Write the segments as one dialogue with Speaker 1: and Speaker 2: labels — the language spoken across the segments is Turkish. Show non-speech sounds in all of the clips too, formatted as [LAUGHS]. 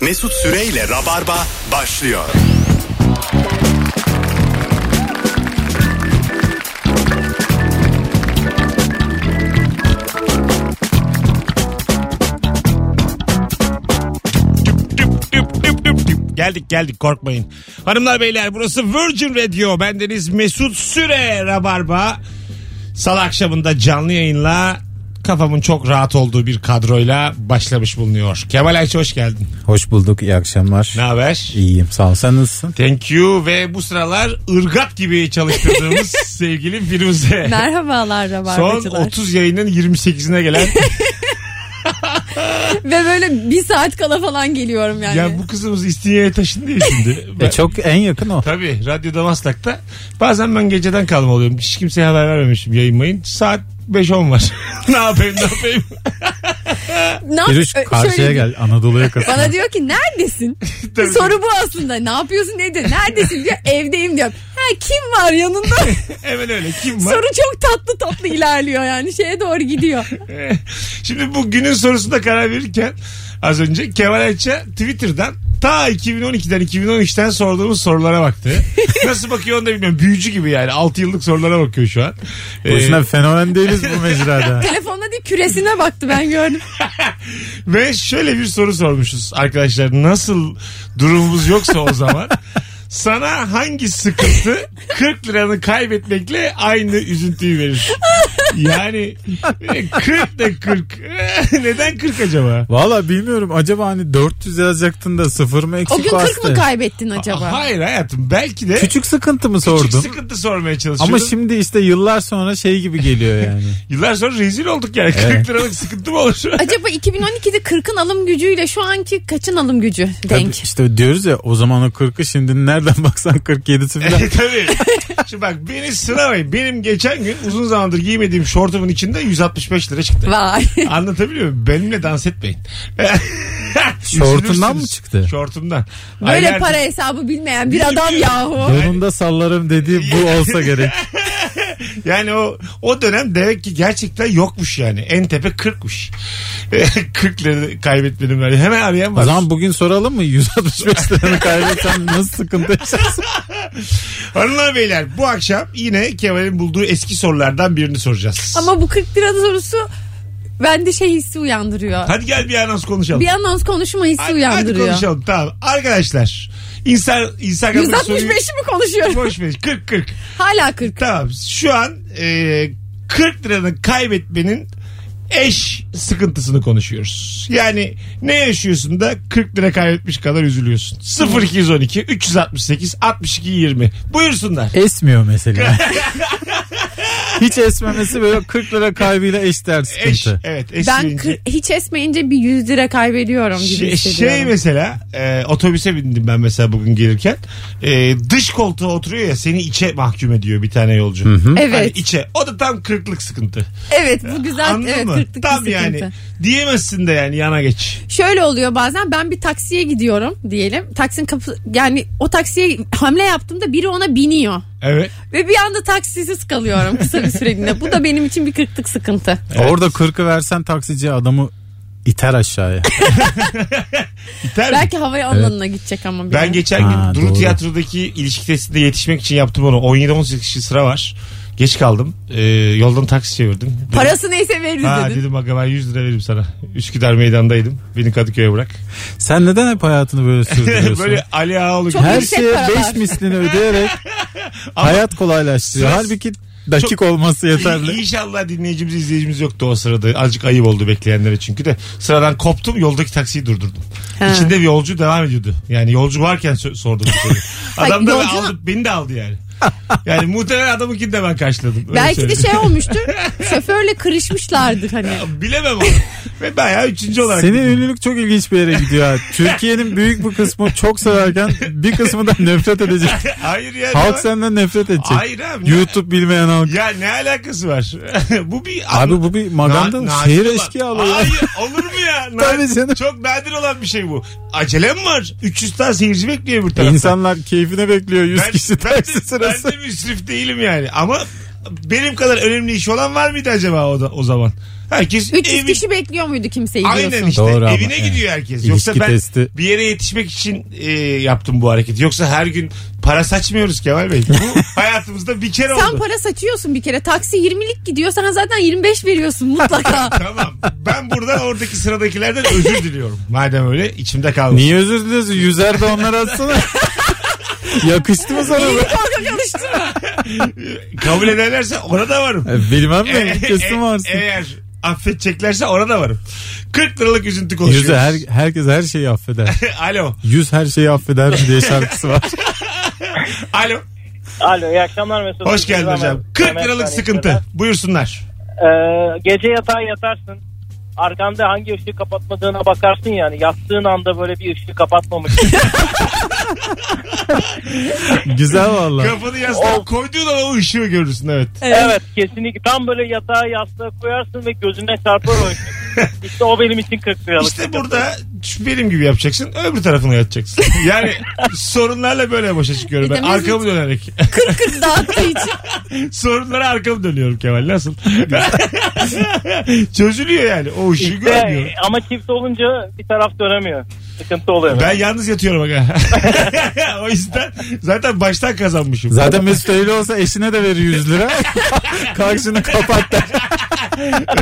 Speaker 1: Mesut Süreyle Rabarba başlıyor.
Speaker 2: Düp, düp, düp, düp. Geldik geldik korkmayın. Hanımlar beyler burası Virgin Radio. Bendeniz Mesut Süre Rabarba. Salı akşamında canlı yayınla kafamın çok rahat olduğu bir kadroyla başlamış bulunuyor. Kemal Ayça hoş geldin.
Speaker 3: Hoş bulduk. iyi akşamlar.
Speaker 2: Ne haber?
Speaker 3: İyiyim. Sağ ol. Sen nasılsın?
Speaker 2: Thank you ve bu sıralar ırgat gibi
Speaker 3: [LAUGHS]
Speaker 2: çalıştırdığımız sevgili Firuze.
Speaker 4: Merhabalar
Speaker 2: Son
Speaker 4: rabarbacılar.
Speaker 2: 30 yayının 28'ine
Speaker 3: [LAUGHS]
Speaker 2: gelen.
Speaker 4: Ve böyle bir saat kala falan geliyorum yani.
Speaker 2: ya bu kızımız İstinye'ye taşındı ya şimdi. Ben-
Speaker 3: E çok en yakın o.
Speaker 2: Tabii radyo Damaslak'ta. Bazen ben geceden kalma oluyorum. Hiç kimseye haber vermemişim yayınmayın. Saat 5-10 var. [LAUGHS] ne yapayım ne yapayım. [LAUGHS]
Speaker 4: Ne yap-
Speaker 3: Firuş
Speaker 4: Ö-
Speaker 3: karşıya
Speaker 4: e, şöyle-
Speaker 3: gel. Anadolu yakası.
Speaker 4: Bana diyor ki neredesin?
Speaker 2: [LAUGHS] Tabii.
Speaker 4: Soru bu aslında. Ne yapıyorsun nedir? Neredesin diyor. [LAUGHS] Evdeyim diyor. Ha kim
Speaker 2: [LAUGHS]
Speaker 4: var yanında?
Speaker 2: Hemen öyle kim var?
Speaker 4: Soru çok tatlı tatlı ilerliyor yani. Şeye doğru gidiyor.
Speaker 2: Eh. Şimdi bu günün sorusunda karar verirken az önce Kemal Ayça Twitter'dan ta 2012'den 2013'ten sorduğumuz sorulara baktı. Nasıl bakıyor onu da bilmiyorum. Büyücü gibi yani. 6 yıllık sorulara bakıyor şu an. Eh,
Speaker 3: Boşuna
Speaker 4: Ee,
Speaker 3: fenomen değiliz bu
Speaker 4: [LAUGHS]
Speaker 3: mecrada.
Speaker 4: Telefonda değil küresine baktı ben gördüm.
Speaker 2: Ve şöyle bir soru sormuşuz arkadaşlar. Nasıl durumumuz yoksa o
Speaker 3: [LAUGHS]
Speaker 2: zaman sana hangi sıkıntı 40 liranı kaybetmekle aynı üzüntüyü verir? Yani e, 40 da 40. E, Neden 40 acaba?
Speaker 3: Valla bilmiyorum. Acaba hani 400 yazacaktın da sıfır mı
Speaker 4: O gün
Speaker 3: eksik
Speaker 4: 40 mı
Speaker 3: bastı?
Speaker 4: kaybettin acaba?
Speaker 2: Hayır hayatım belki de küçük,
Speaker 3: Küçük sıkıntı mı sordun?
Speaker 2: sıkıntı sormaya çalışıyorum.
Speaker 3: Ama şimdi işte yıllar sonra şey gibi geliyor yani.
Speaker 4: [LAUGHS]
Speaker 2: Yıllar sonra rezil olduk yani.
Speaker 3: Evet.
Speaker 2: 40 liralık sıkıntı mı olur? [LAUGHS]
Speaker 4: Acaba 2012'de 40'ın alım gücüyle şu anki kaçın alım gücü
Speaker 3: Tabii
Speaker 4: denk?
Speaker 3: işte diyoruz ya o zaman o 40'ı şimdi nereden [LAUGHS] baksan 47'si falan.
Speaker 2: E, Tabii. Şimdi bak beni sınamayın. Benim geçen gün uzun zamandır giymediğim şortumun içinde 165 lira çıktı.
Speaker 4: Vay.
Speaker 2: [LAUGHS] Anlatabiliyor muyum? Benimle dans etmeyin. [LAUGHS]
Speaker 3: Şortundan mı
Speaker 2: Üzülürsünüz.
Speaker 3: çıktı?
Speaker 2: Şortumdan.
Speaker 4: Böyle
Speaker 2: Aylardır-
Speaker 4: para hesabı bilmeyen bir adam yahu.
Speaker 3: Yolunda sallarım dediği
Speaker 4: [LAUGHS]
Speaker 3: bu olsa gerek.
Speaker 2: Yani o o dönem demek ki gerçekten yokmuş yani. En tepe 40'muş. [LAUGHS] 40 lira kaybetmedim ben. Hemen arayan var.
Speaker 3: O zaman bugün soralım mı? 165 liranı kaybetsem nasıl sıkıntı yaşarsın?
Speaker 2: Hanımlar beyler bu akşam yine Kemal'in bulduğu eski sorulardan birini soracağız.
Speaker 4: Ama bu 40 lira sorusu bende şey hissi uyandırıyor.
Speaker 2: Hadi gel bir anons konuşalım.
Speaker 4: Bir anons konuşma hissi
Speaker 2: hadi, hadi
Speaker 4: uyandırıyor.
Speaker 2: konuşalım tamam. Arkadaşlar insan, Instagram'da soruyu...
Speaker 4: 165'i mi konuşuyorum?
Speaker 2: Boş ver 40 40.
Speaker 4: Hala 40.
Speaker 2: Tamam şu an e, 40 liranı kaybetmenin eş sıkıntısını konuşuyoruz. Yani ne yaşıyorsun da 40 lira kaybetmiş kadar üzülüyorsun. 0212 368 62 20. Buyursunlar.
Speaker 3: Esmiyor mesela. [LAUGHS] Hiç esmemesi böyle 40 lira kaybıyla eşdeğer sıkıntı.
Speaker 2: Eş, evet eş
Speaker 4: Ben
Speaker 2: deyince.
Speaker 4: 40 hiç esmeyince bir 100 lira kaybediyorum gibi
Speaker 2: Şey,
Speaker 4: hissediyorum.
Speaker 2: şey mesela e, otobüse bindim ben mesela bugün gelirken E, dış koltuğa oturuyor ya seni içe mahkum ediyor bir tane yolcu. Hani
Speaker 4: evet.
Speaker 2: içe. O da tam kırklık sıkıntı.
Speaker 4: evet bu güzel
Speaker 2: Anladın
Speaker 4: evet
Speaker 2: mı?
Speaker 4: 40'lık bir
Speaker 2: tam
Speaker 4: sıkıntı.
Speaker 2: yani. Diyemezsin de yani yana geç.
Speaker 4: Şöyle oluyor bazen ben bir taksiye gidiyorum diyelim. Taksin kapı yani o taksiye hamle yaptığımda biri ona biniyor.
Speaker 2: Evet.
Speaker 4: Ve bir anda taksisiz kalıyorum kısa bir süreliğine. Bu da benim için bir 40'lık sıkıntı.
Speaker 3: Orada 40'ı versen taksiciye adamı iter aşağıya.
Speaker 2: İter mi?
Speaker 4: Belki havaalanına gidecek ama. bir
Speaker 2: Ben
Speaker 4: an.
Speaker 2: geçen
Speaker 3: Ha,
Speaker 2: gün Duru
Speaker 3: doğru.
Speaker 2: Tiyatro'daki ilişki testinde yetişmek için yaptım onu. 17-18 kişi sıra var. Geç kaldım. Ee, yoldan taksi çevirdim. Dedim-
Speaker 4: Parası neyse veririz
Speaker 2: Ha
Speaker 4: dedin.
Speaker 2: dedim aga ben 100 lira veririm sana. Üsküdar meydandaydım. Beni Kadıköy'e bırak.
Speaker 3: Sen neden hep
Speaker 2: [LAUGHS]
Speaker 3: hayatını böyle sürdürüyorsun?
Speaker 2: Böyle Ali Ağaoğlu
Speaker 4: Çok
Speaker 2: gibi.
Speaker 3: Her
Speaker 4: yüksek
Speaker 3: şeye
Speaker 4: paralar.
Speaker 3: 5 mislini ödeyerek
Speaker 2: [LAUGHS] Ama-
Speaker 3: hayat kolaylaştırıyor.
Speaker 2: Söz-
Speaker 3: Halbuki dakik olması
Speaker 2: İ-
Speaker 3: yeterli.
Speaker 2: İnşallah dinleyicimiz izleyicimiz yoktu o sırada. Azıcık ayıp oldu bekleyenlere çünkü de. Sıradan koptum yoldaki taksiyi durdurdum.
Speaker 4: Ha.
Speaker 2: İçinde bir yolcu devam ediyordu. Yani yolcu varken sö- sordum bu soruyu. Adam da
Speaker 4: [LAUGHS] Ay, yolcu-
Speaker 2: aldı, beni de aldı yani. Yani muhtemelen adamınkini de ben karşıladım. Öyle
Speaker 4: Belki de
Speaker 2: söyleyeyim.
Speaker 4: şey olmuştur.
Speaker 2: [LAUGHS]
Speaker 4: şoförle kırışmışlardır hani.
Speaker 2: Bilemem onu. Ve bayağı üçüncü olarak.
Speaker 3: Senin ünlülük çok ilginç bir yere gidiyor.
Speaker 2: [LAUGHS]
Speaker 3: ha. Türkiye'nin büyük bir kısmı çok severken bir kısmı da
Speaker 2: [LAUGHS]
Speaker 3: nefret edecek.
Speaker 2: Hayır ya.
Speaker 3: Halk
Speaker 2: ne-
Speaker 3: senden nefret edecek.
Speaker 2: Hayır abi.
Speaker 3: YouTube bilmeyen halk.
Speaker 2: Ya ne alakası var? [LAUGHS] bu bir
Speaker 3: Abi bu bir maganda mı?
Speaker 2: Na-
Speaker 3: Şehir
Speaker 2: nadir olan-
Speaker 3: eşkıya alıyor.
Speaker 2: Hayır olur mu ya? Na-
Speaker 3: [LAUGHS] Tabii canım.
Speaker 2: Çok nadir olan bir şey bu. Acelem var. 300 tane seyirci bekliyor bir tarafta.
Speaker 3: İnsanlar keyfine bekliyor 100
Speaker 2: Ben-
Speaker 3: kişi
Speaker 2: ben de-
Speaker 3: taksi sırası.
Speaker 2: [LAUGHS] Ben de müsrif değilim yani. Ama benim kadar önemli iş olan var mıydı acaba o, da, o zaman? Herkes
Speaker 4: 300
Speaker 2: evi-
Speaker 4: kişi bekliyor muydu kimseyi
Speaker 2: Aynen
Speaker 4: diyorsun.
Speaker 2: işte
Speaker 3: Doğru ama.
Speaker 2: evine gidiyor herkes. Yoksa
Speaker 3: İlişki
Speaker 2: ben
Speaker 3: testi.
Speaker 2: bir yere yetişmek için e, yaptım bu hareketi. Yoksa her gün para saçmıyoruz Kemal Bey. Bu
Speaker 3: [LAUGHS]
Speaker 2: hayatımızda bir kere
Speaker 4: Sen
Speaker 2: oldu.
Speaker 4: para saçıyorsun bir kere. Taksi 20'lik gidiyor. Sen zaten 25
Speaker 2: [LAUGHS]
Speaker 4: veriyorsun mutlaka.
Speaker 2: Tamam. Ben burada oradaki sıradakilerden özür diliyorum. Madem öyle içimde kalmasın.
Speaker 3: Niye özür diliyorsun? Yüzer de onlar atsana. [LAUGHS] Yakıştı mı sana? bu?
Speaker 4: Elini korkak alıştı.
Speaker 2: Kabul ederlerse ona da varım.
Speaker 3: E, Bilmem
Speaker 2: E-
Speaker 3: ben. Kesin
Speaker 2: e-
Speaker 3: varsın.
Speaker 2: Eğer affedeceklerse ona da varım. 40 liralık üzüntü konuşuyoruz.
Speaker 3: Yüze her, herkes her şeyi affeder.
Speaker 2: [LAUGHS] Alo.
Speaker 3: Yüz her şeyi affeder mi diye şarkısı var.
Speaker 2: [LAUGHS] Alo.
Speaker 5: Alo iyi akşamlar Mesut.
Speaker 2: Hoş geldin
Speaker 5: Merhaba.
Speaker 2: hocam. 40
Speaker 5: Mehmet
Speaker 2: liralık
Speaker 5: Ali
Speaker 2: sıkıntı. Buyursunlar.
Speaker 5: Ee, gece yatağa yatarsın. Arkanda hangi ışığı kapatmadığına bakarsın yani. Yattığın anda böyle bir
Speaker 2: [LAUGHS]
Speaker 5: ışığı kapatmamış.
Speaker 3: Güzel valla.
Speaker 2: Kafanı yastığa koyduğun an o ışığı görürsün evet.
Speaker 5: evet kesinlikle. Tam böyle yatağa yastığa koyarsın ve gözüne çarpar
Speaker 2: [LAUGHS]
Speaker 5: o ışık. İşte o benim için 40 liralık.
Speaker 2: İşte burada şu benim gibi yapacaksın. Öbür tarafına yatacaksın. Yani sorunlarla böyle başa çıkıyorum
Speaker 4: Bir de
Speaker 2: ben.
Speaker 4: Mesut-
Speaker 2: Arkamı dönerek. [LAUGHS]
Speaker 4: Dağıttığı için.
Speaker 2: Sorunlara arkamı dönüyorum Kemal. Nasıl? [LAUGHS] Çözülüyor yani. O ışığı görmüyor.
Speaker 5: Ve- ama çift olunca bir taraf dönemiyor. Sıkıntı oluyor.
Speaker 2: Ben yalnız yatıyorum aga. [LAUGHS] o yüzden zaten baştan kazanmışım.
Speaker 3: Zaten Mesut öyle olsa eşine de verir 100 lira.
Speaker 2: [LAUGHS]
Speaker 3: Karşını kapat der.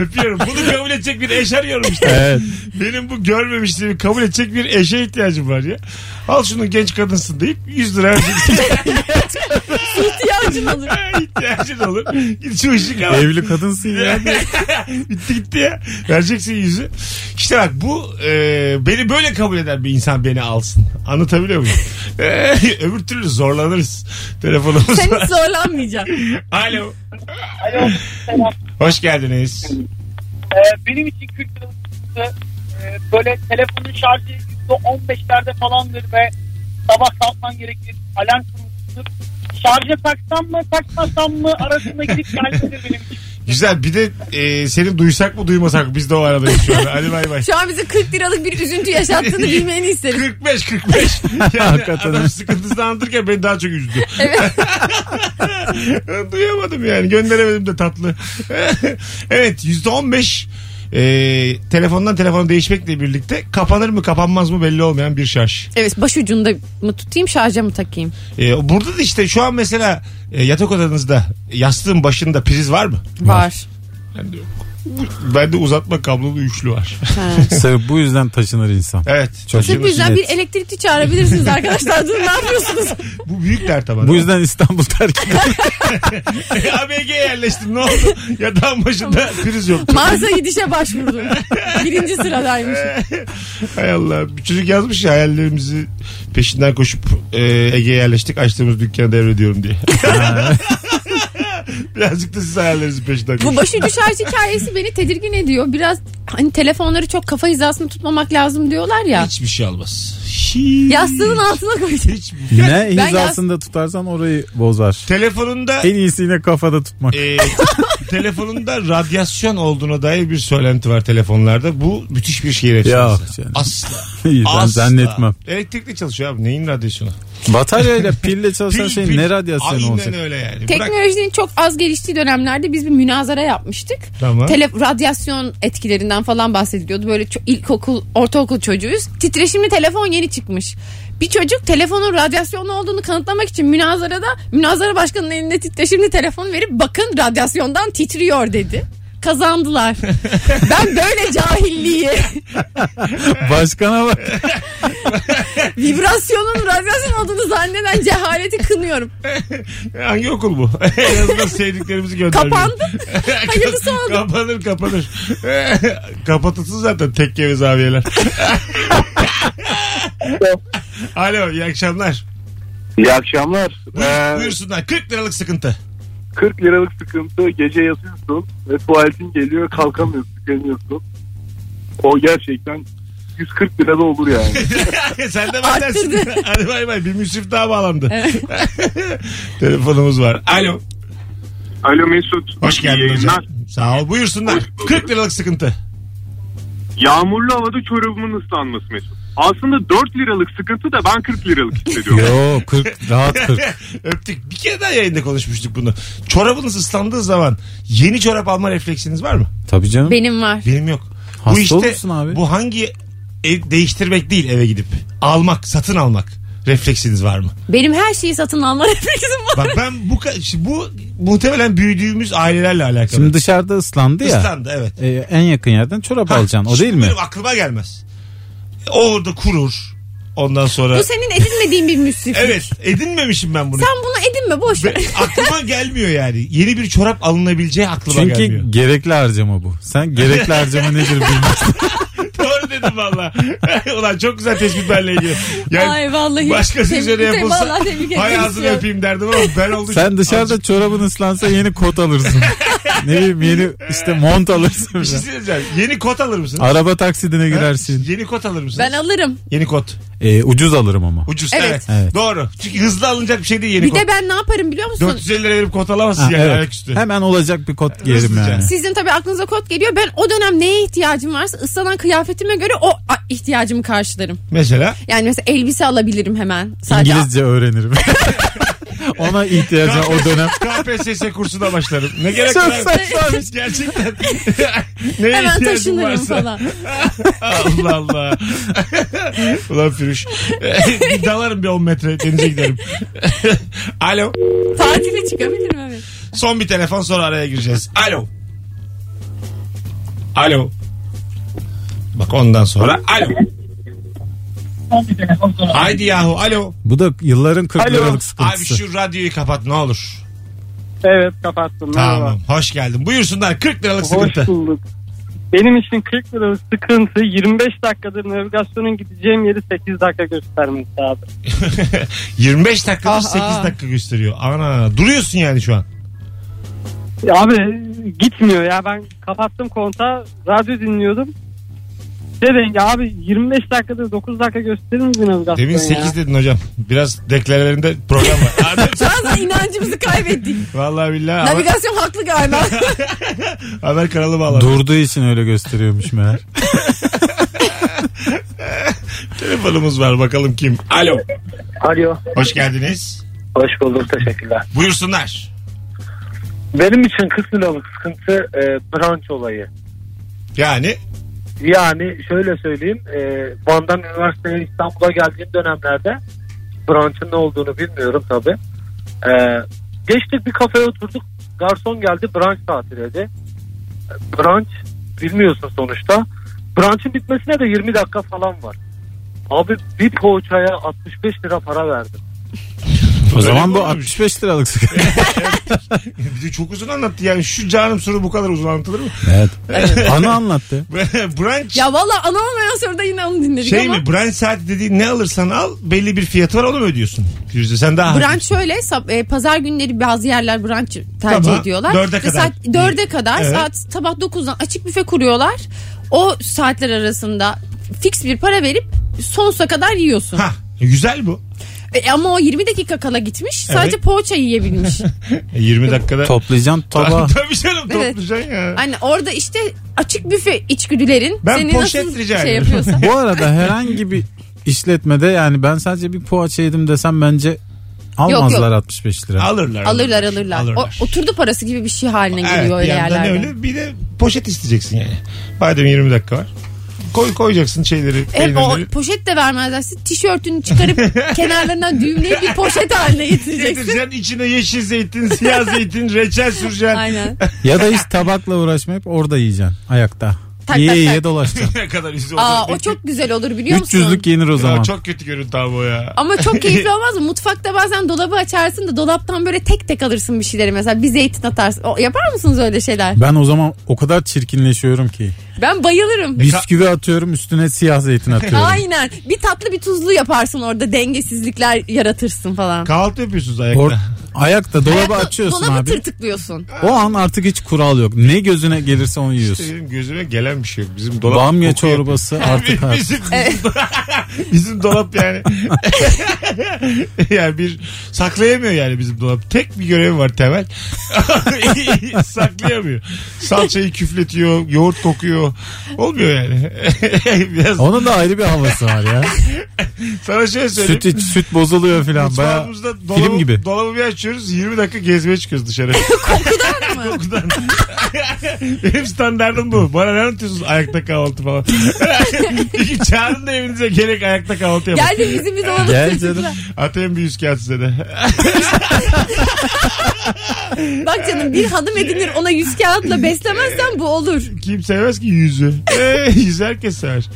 Speaker 2: Öpüyorum. Bunu kabul edecek bir eş arıyorum işte.
Speaker 3: Evet.
Speaker 2: Benim bu görmemişliğimi kabul edecek bir eşe ihtiyacım var ya. Al şunu genç kadınsın deyip 100 lira vereceksin.
Speaker 3: [LAUGHS]
Speaker 2: [LAUGHS]
Speaker 4: İhtiyacın olur.
Speaker 2: ihtiyacın olur. Git şu ışık al. [LAUGHS]
Speaker 3: Evli kadınsın ya.
Speaker 2: bitti gitti ya. Vereceksin yüzü. İşte bak bu e, beni böyle kabul eden bir insan beni alsın. Anlatabiliyor muyum? [LAUGHS] E, öbür türlü zorlanırız. Telefonumuz
Speaker 4: Sen hiç
Speaker 2: var.
Speaker 4: zorlanmayacaksın.
Speaker 2: Alo.
Speaker 5: Alo. selam.
Speaker 2: Hoş geldiniz.
Speaker 5: Ee, benim için 40 liralık sıkıntı, e, böyle telefonun şarjı %15'lerde falandır ve sabah kalkman gerekir. Alarm kurulmuştur. Şarja taksam mı takmasam mı
Speaker 2: [LAUGHS]
Speaker 5: arasında gidip gelmedir benim için.
Speaker 2: Güzel bir de e, seni duysak mı duymasak mı? biz de o aradayız
Speaker 3: [LAUGHS]
Speaker 2: şu anda. Hadi bay bay.
Speaker 4: Şu an bize 40 liralık bir üzüntü yaşattığını bilmeni isteriz.
Speaker 2: 45
Speaker 3: [LAUGHS]
Speaker 2: 45. Yani
Speaker 3: Hakikaten.
Speaker 2: adam sıkıntısını anlatırken beni daha çok üzdü.
Speaker 4: Evet.
Speaker 2: [LAUGHS] Duyamadım yani. Gönderemedim de tatlı. [LAUGHS] evet %15 e, telefondan telefona değişmekle birlikte kapanır mı kapanmaz mı belli olmayan bir şarj.
Speaker 4: Evet başucunda mı tutayım şarja mı takayım?
Speaker 2: E, burada da işte şu an mesela e, yatak odanızda yastığın başında priz var mı?
Speaker 4: Var.
Speaker 2: Ben de yok. Ben de uzatma kablolu üçlü var. [LAUGHS]
Speaker 4: Ha.
Speaker 3: Sırf bu yüzden taşınır insan.
Speaker 2: Evet.
Speaker 3: Çok
Speaker 2: taşınır.
Speaker 4: Sırf bu yüzden bir
Speaker 3: Net.
Speaker 4: elektrikçi çağırabilirsiniz arkadaşlar. Durun ne yapıyorsunuz?
Speaker 2: [LAUGHS] Bu büyük dert ama.
Speaker 3: Bu yüzden İstanbul terk ediyor.
Speaker 2: [LAUGHS] ABG'ye yerleştim ne oldu? Yatağın başında priz yok.
Speaker 4: Mağaza gidişe başvurdum. Birinci sıradaymış.
Speaker 2: Hay Allah. Bir çocuk yazmış ya hayallerimizi peşinden koşup e, Ege'ye yerleştik. Açtığımız dükkanı devrediyorum
Speaker 4: [LAUGHS]
Speaker 2: diye. Birazcık da siz hayallerinizin peşinden
Speaker 4: Bu
Speaker 2: koşun.
Speaker 4: başucu şarj hikayesi beni tedirgin ediyor. Biraz hani telefonları çok kafa hizasını tutmamak lazım diyorlar ya.
Speaker 2: Hiçbir şey almaz. Hiç.
Speaker 4: Yastığın altına koy.
Speaker 2: Hiç.
Speaker 3: Ne
Speaker 4: Ben
Speaker 3: hizasında tutarsan orayı bozar.
Speaker 2: Telefonunda
Speaker 3: En iyisi yine kafada tutmak.
Speaker 2: e, telefonunda radyasyon olduğuna dair bir söylenti var telefonlarda. Bu müthiş bir şehir
Speaker 3: Yok
Speaker 2: efsanesi.
Speaker 3: canım. [LAUGHS]
Speaker 2: Asla.
Speaker 3: İyi, ben
Speaker 2: Asla.
Speaker 3: zannetmem.
Speaker 2: Elektrikli çalışıyor abi. Neyin radyasyonu?
Speaker 3: Bataryayla
Speaker 2: [LAUGHS]
Speaker 3: pille çalışan
Speaker 2: Pil,
Speaker 3: şey
Speaker 2: pil.
Speaker 3: ne radyasyonu
Speaker 2: Aynen
Speaker 3: olacak?
Speaker 2: öyle yani. Bırak.
Speaker 4: Teknolojinin çok az geliştiği dönemlerde biz bir münazara yapmıştık.
Speaker 2: Tamam.
Speaker 4: Tele, radyasyon etkilerinden falan bahsediliyordu. Böyle ço- ilkokul, ortaokul çocuğuyuz. Titreşimli telefon yeni çıkmış. Bir çocuk telefonun radyasyonlu olduğunu kanıtlamak için münazarada münazara başkanının elinde titreşimli telefon verip bakın radyasyondan titriyor dedi.
Speaker 2: [LAUGHS]
Speaker 4: Kazandılar. ben böyle cahilliği,
Speaker 3: Başkana bak.
Speaker 4: vibrasyonun radyasyon olduğunu zanneden cehaleti kınıyorum.
Speaker 2: Hangi okul bu? [LAUGHS] en azından sevdiklerimizi göndermiyor.
Speaker 4: Kapandı.
Speaker 2: [LAUGHS]
Speaker 4: Hayırlısı oldu.
Speaker 2: Kapanır kapanır. [LAUGHS] Kapatılsın zaten tekke ve zaviyeler. [LAUGHS] Alo iyi akşamlar.
Speaker 6: İyi akşamlar.
Speaker 2: Buyur,
Speaker 6: Ee,
Speaker 2: Buyursunlar 40 liralık sıkıntı. [LAUGHS]
Speaker 6: 40 liralık sıkıntı gece yatıyorsun ve tuvaletin geliyor kalkamıyorsun tükeniyorsun. O gerçekten 140 lirada
Speaker 2: [LAUGHS]
Speaker 6: olur yani.
Speaker 2: Sen de bakarsın.
Speaker 4: Arttırdı.
Speaker 2: Hadi bay bay bir müsrif daha bağlandı. [LAUGHS] Telefonumuz var. Alo.
Speaker 6: Alo Mesut.
Speaker 2: Hoş geldin
Speaker 6: İyi
Speaker 2: hocam.
Speaker 6: yayınlar.
Speaker 2: Sağ ol. Buyursunlar. 40 liralık sıkıntı.
Speaker 6: Yağmurlu havada çorabımın ıslanması Mesut. Aslında 4 liralık sıkıntı da ben 40 liralık hissediyorum.
Speaker 3: Yo 40
Speaker 2: [LAUGHS]
Speaker 3: rahat 40.
Speaker 2: Öptük. Bir kere daha yayında konuşmuştuk bunu. Çorabınız ıslandığı zaman yeni çorap alma refleksiniz var mı?
Speaker 3: Tabii canım.
Speaker 4: Benim var.
Speaker 2: Benim yok. bu
Speaker 3: Hasta
Speaker 2: işte
Speaker 3: olursun abi.
Speaker 2: bu hangi ev değiştirmek değil eve gidip almak, satın almak refleksiniz var mı?
Speaker 4: Benim her şeyi satın alma [LAUGHS] refleksim var.
Speaker 2: Bak ben bu ka- şimdi bu muhtemelen büyüdüğümüz ailelerle alakalı.
Speaker 3: Şimdi dışarıda ıslandı ya.
Speaker 2: Islandı evet.
Speaker 3: E, en yakın yerden çorap alacaksın. O
Speaker 2: Şimdi
Speaker 3: değil mi?
Speaker 2: Benim aklıma gelmez. O orada kurur. Ondan sonra
Speaker 4: Bu senin edinmediğin bir müsrif.
Speaker 2: Evet edinmemişim ben bunu.
Speaker 4: Sen bunu edinme boş ver.
Speaker 2: Ve aklıma gelmiyor yani. Yeni bir çorap alınabileceği aklıma
Speaker 3: Çünkü
Speaker 2: gelmiyor.
Speaker 3: gerekli harcama bu. Sen gerekli harcama nedir bilmezsin.
Speaker 2: Doğru dedim valla. [LAUGHS] Ulan çok güzel tespit benle ilgili. Yani
Speaker 4: Ay vallahi.
Speaker 2: başkası
Speaker 4: Tebrik-
Speaker 2: üzerine
Speaker 4: te-
Speaker 2: yapılsa
Speaker 4: vallahi tebrik
Speaker 2: [LAUGHS]
Speaker 4: etmek [LAUGHS]
Speaker 2: hay ağzını
Speaker 4: istiyorum.
Speaker 2: öpeyim derdim ama ben oldum.
Speaker 3: Sen dışarıda çorabın ıslansa yeni
Speaker 2: [LAUGHS]
Speaker 3: kot alırsın. ne bileyim yeni işte mont alırsın.
Speaker 2: Bir şey söyleyeceğim. Yeni kot alır mısın?
Speaker 3: Araba taksidine girersin.
Speaker 2: Yeni kot alır mısın?
Speaker 4: Ben alırım.
Speaker 2: Yeni kot.
Speaker 3: E, ucuz alırım ama.
Speaker 2: Ucuz. Evet.
Speaker 4: Evet.
Speaker 3: Evet.
Speaker 2: Doğru. Çünkü hızlı alınacak bir şey değil yeni
Speaker 4: Bir
Speaker 2: kot.
Speaker 4: de ben ne yaparım biliyor musun?
Speaker 2: 450 lira verip kot alamazsın
Speaker 3: Ha,
Speaker 2: yani
Speaker 3: evet.
Speaker 2: ayaküstü.
Speaker 3: Hemen olacak bir kot giyerim
Speaker 2: Hızlıca.
Speaker 3: yani.
Speaker 4: Sizin tabii aklınıza kod geliyor. Ben o dönem neye ihtiyacım varsa ıslanan kıyafetime göre o a- ihtiyacımı karşılarım.
Speaker 2: Mesela.
Speaker 4: Yani mesela elbise alabilirim hemen. Sadece
Speaker 3: İngilizce
Speaker 4: [LAUGHS]
Speaker 3: öğrenirim. Ona ihtiyacım o dönem.
Speaker 2: KPSS kursuna başlarım. Ne gerek
Speaker 3: Çok
Speaker 2: var? [LAUGHS]
Speaker 3: saçmaymış.
Speaker 4: [LAUGHS]
Speaker 2: Gerçekten. Neye
Speaker 4: hemen
Speaker 2: ihtiyacın
Speaker 4: taşınırım
Speaker 2: varsa.
Speaker 4: falan.
Speaker 2: [LAUGHS] Allah Allah. [LAUGHS] Ulan Firuş. [LAUGHS] bir dalarım bir 10 metre denize giderim. [LAUGHS] Alo.
Speaker 4: Tatile çıkabilirim
Speaker 2: [LAUGHS]
Speaker 4: evet.
Speaker 2: Son bir telefon sonra araya gireceğiz. Alo. Alo. Bak ondan sonra. Alo. Haydi yahu. Alo.
Speaker 3: Bu da yılların 40
Speaker 6: Alo.
Speaker 3: liralık
Speaker 2: Abi
Speaker 3: sıkıntısı.
Speaker 2: şu radyoyu kapat ne olur.
Speaker 6: Evet kapattım.
Speaker 2: Tamam. Hoş geldin. Buyursunlar 40 liralık sıkıntı.
Speaker 7: Hoş
Speaker 2: [LAUGHS]
Speaker 7: bulduk. Benim için 40 lira sıkıntı 25 dakikadır navigasyonun gideceğim yeri 8 dakika göstermesi abi.
Speaker 2: 25 dakika
Speaker 4: Aha.
Speaker 2: 8 dakika gösteriyor. Ana duruyorsun yani şu an.
Speaker 7: Ya abi gitmiyor ya ben kapattım konta radyo dinliyordum. Dedim ya abi 25 dakikadır 9 dakika gösterir misin navigasyon
Speaker 2: Demin
Speaker 7: ya?
Speaker 2: 8 dedin hocam. Biraz deklarlarında
Speaker 7: [LAUGHS]
Speaker 2: problem var. Abi,
Speaker 4: Biraz inancımızı kaybettik.
Speaker 2: Vallahi billahi. haber-
Speaker 4: Navigasyon
Speaker 2: [LAUGHS]
Speaker 4: haklı galiba.
Speaker 2: Haber kanalı bağladı.
Speaker 3: Durduğu için öyle gösteriyormuş meğer.
Speaker 2: Telefonumuz var bakalım kim. Alo.
Speaker 5: Alo.
Speaker 2: Hoş geldiniz.
Speaker 5: Hoş bulduk teşekkürler.
Speaker 2: Buyursunlar.
Speaker 5: Benim için 40 liralık sıkıntı e, branş olayı.
Speaker 2: Yani
Speaker 5: Yani şöyle söyleyeyim e, Van'dan üniversiteye İstanbul'a geldiğim dönemlerde branşın ne olduğunu bilmiyorum tabi. E, geçtik bir kafeye oturduk garson geldi branş saati dedi. E, Branş bilmiyorsun sonuçta. Branşın bitmesine de 20 dakika falan var. Abi bir poğaçaya 65 lira para verdim.
Speaker 3: O
Speaker 2: Öyle
Speaker 3: zaman
Speaker 2: mi
Speaker 3: bu
Speaker 2: olurmuş?
Speaker 3: 65 liralık sıkıntı.
Speaker 2: bir de çok uzun anlattı yani. Şu canım soru bu kadar uzun anlatılır mı? [LAUGHS]
Speaker 3: evet. Ana anlattı.
Speaker 2: branş
Speaker 4: ya valla ana olmayan soruda yine onu dinledik
Speaker 2: şey
Speaker 4: ama.
Speaker 2: mi? Branş saati dediğin ne alırsan al belli bir fiyatı var onu mu ödüyorsun? Firuze sen daha
Speaker 4: Brunch şöyle sab- e, pazar günleri bazı yerler brunch tercih
Speaker 2: Tamam.
Speaker 4: ediyorlar.
Speaker 2: Dörde
Speaker 4: Ve
Speaker 2: kadar.
Speaker 4: Saat, dörde kadar
Speaker 2: Evet.
Speaker 4: saat sabah 9'dan açık büfe kuruyorlar. O saatler arasında fix bir para verip sonsuza kadar yiyorsun.
Speaker 2: Ha, güzel bu.
Speaker 4: E, ama o 20 dakika kala gitmiş. Sadece
Speaker 2: [LAUGHS]
Speaker 4: poğaça yiyebilmiş.
Speaker 2: E, 20 dakikada.
Speaker 3: Toplayacaksın
Speaker 2: [LAUGHS]
Speaker 3: tabağa.
Speaker 2: Tabii canım
Speaker 4: Evet.
Speaker 2: toplayacaksın ya.
Speaker 4: Hani orada işte açık büfe içgüdülerin
Speaker 2: Ben
Speaker 4: seni
Speaker 2: poşet
Speaker 4: nasıl
Speaker 2: rica
Speaker 4: şey
Speaker 2: ederim. [LAUGHS]
Speaker 4: yapıyorsa.
Speaker 3: Bu arada herhangi bir işletmede yani ben sadece bir poğaça yedim desem bence almazlar 65 lira.
Speaker 2: Alırlar.
Speaker 4: alırlar alırlar.
Speaker 2: Alırlar.
Speaker 4: O, oturdu parası gibi bir şey haline
Speaker 2: Evet,
Speaker 4: geliyor
Speaker 2: bir
Speaker 4: öyle
Speaker 2: yandan
Speaker 4: yerlerde.
Speaker 2: öyle. Bir de poşet isteyeceksin yani. Madem 20 dakika var. Koy koyacaksın şeyleri.
Speaker 4: Hem o [LAUGHS]
Speaker 2: peynirleri.
Speaker 4: poşet de vermezler. Siz tişörtünü çıkarıp
Speaker 3: [LAUGHS]
Speaker 4: kenarlarından düğümleyip bir poşet haline getireceksin.
Speaker 2: Getireceksin içine yeşil zeytin, siyah zeytin, reçel süreceksin.
Speaker 3: [LAUGHS]
Speaker 4: Aynen.
Speaker 3: Ya da hiç tabakla uğraşmayıp orada yiyeceksin ayakta.
Speaker 4: tak,
Speaker 3: yiye
Speaker 4: tak.
Speaker 3: yiye
Speaker 2: [LAUGHS]
Speaker 3: dolaşacaksın.
Speaker 2: ne kadar üzücü
Speaker 4: Aa
Speaker 2: olur.
Speaker 4: o çok güzel olur biliyor musun?
Speaker 3: 300'lük yenir o
Speaker 2: Ya
Speaker 3: zaman.
Speaker 2: Çok kötü görüntü abi o ya.
Speaker 4: Ama
Speaker 3: [LAUGHS]
Speaker 4: çok keyifli olmaz mı? Mutfakta bazen dolabı açarsın da dolaptan böyle tek tek alırsın bir şeyleri mesela. Bir zeytin atarsın. O, yapar mısınız öyle şeyler?
Speaker 3: Ben o zaman o kadar çirkinleşiyorum ki.
Speaker 4: Ben bayılırım.
Speaker 3: Bisküvi atıyorum üstüne siyah zeytin atıyorum.
Speaker 4: Aynen. Bir tatlı bir tuzlu yaparsın orada dengesizlikler yaratırsın falan.
Speaker 2: Kahvaltı yapıyorsunuz ayakta.
Speaker 3: Hort, Ayakta dolabı
Speaker 4: Ayakla-
Speaker 3: açıyorsun
Speaker 4: dolabı
Speaker 3: abi.
Speaker 4: tırtıklıyorsun.
Speaker 3: O an artık hiç kural yok. Ne gözüne gelirse onu yiyorsun.
Speaker 2: [LAUGHS] Benim gözüme gelen bir şey yok. Bizim dolap
Speaker 3: Bamya
Speaker 2: kokuyor.
Speaker 3: çorbası artık
Speaker 2: [LAUGHS] Bizim,
Speaker 3: artık.
Speaker 2: bizim, [LAUGHS] bizim dolap yani. [LAUGHS] yani bir saklayamıyor yani bizim dolap. Tek bir görevi var temel. [LAUGHS] saklayamıyor. Salçayı küfletiyor, yoğurt kokuyor. Olmuyor yani. [LAUGHS] Biraz
Speaker 3: Onun da ayrı bir havası var
Speaker 2: [LAUGHS]
Speaker 3: ya.
Speaker 2: sana şey söyleyeyim.
Speaker 3: süt iç, süt bozuluyor filan. Baya
Speaker 2: Mutfağımızda dolabı,
Speaker 3: film gibi.
Speaker 2: dolabı bir açıyoruz 20 dakika gezmeye çıkıyoruz dışarı.
Speaker 4: [LAUGHS]
Speaker 2: [LAUGHS]
Speaker 4: Kokudan mı?
Speaker 2: Benim standartım bu. Bana ne anlatıyorsunuz ayakta kahvaltı falan. [LAUGHS] Peki çağırın da evinize gerek ayakta kahvaltı yapın.
Speaker 4: Gel de bizim bir dolabı
Speaker 3: Gel
Speaker 4: tırtıkla.
Speaker 3: canım.
Speaker 2: Atayım bir yüz kağıt size de. [LAUGHS]
Speaker 4: Bak canım bir hanım edinir ona yüz kağıtla beslemezsen bu olur.
Speaker 2: Kim sevmez ki yüzü. [LAUGHS] Ee, yüzü herkes sever.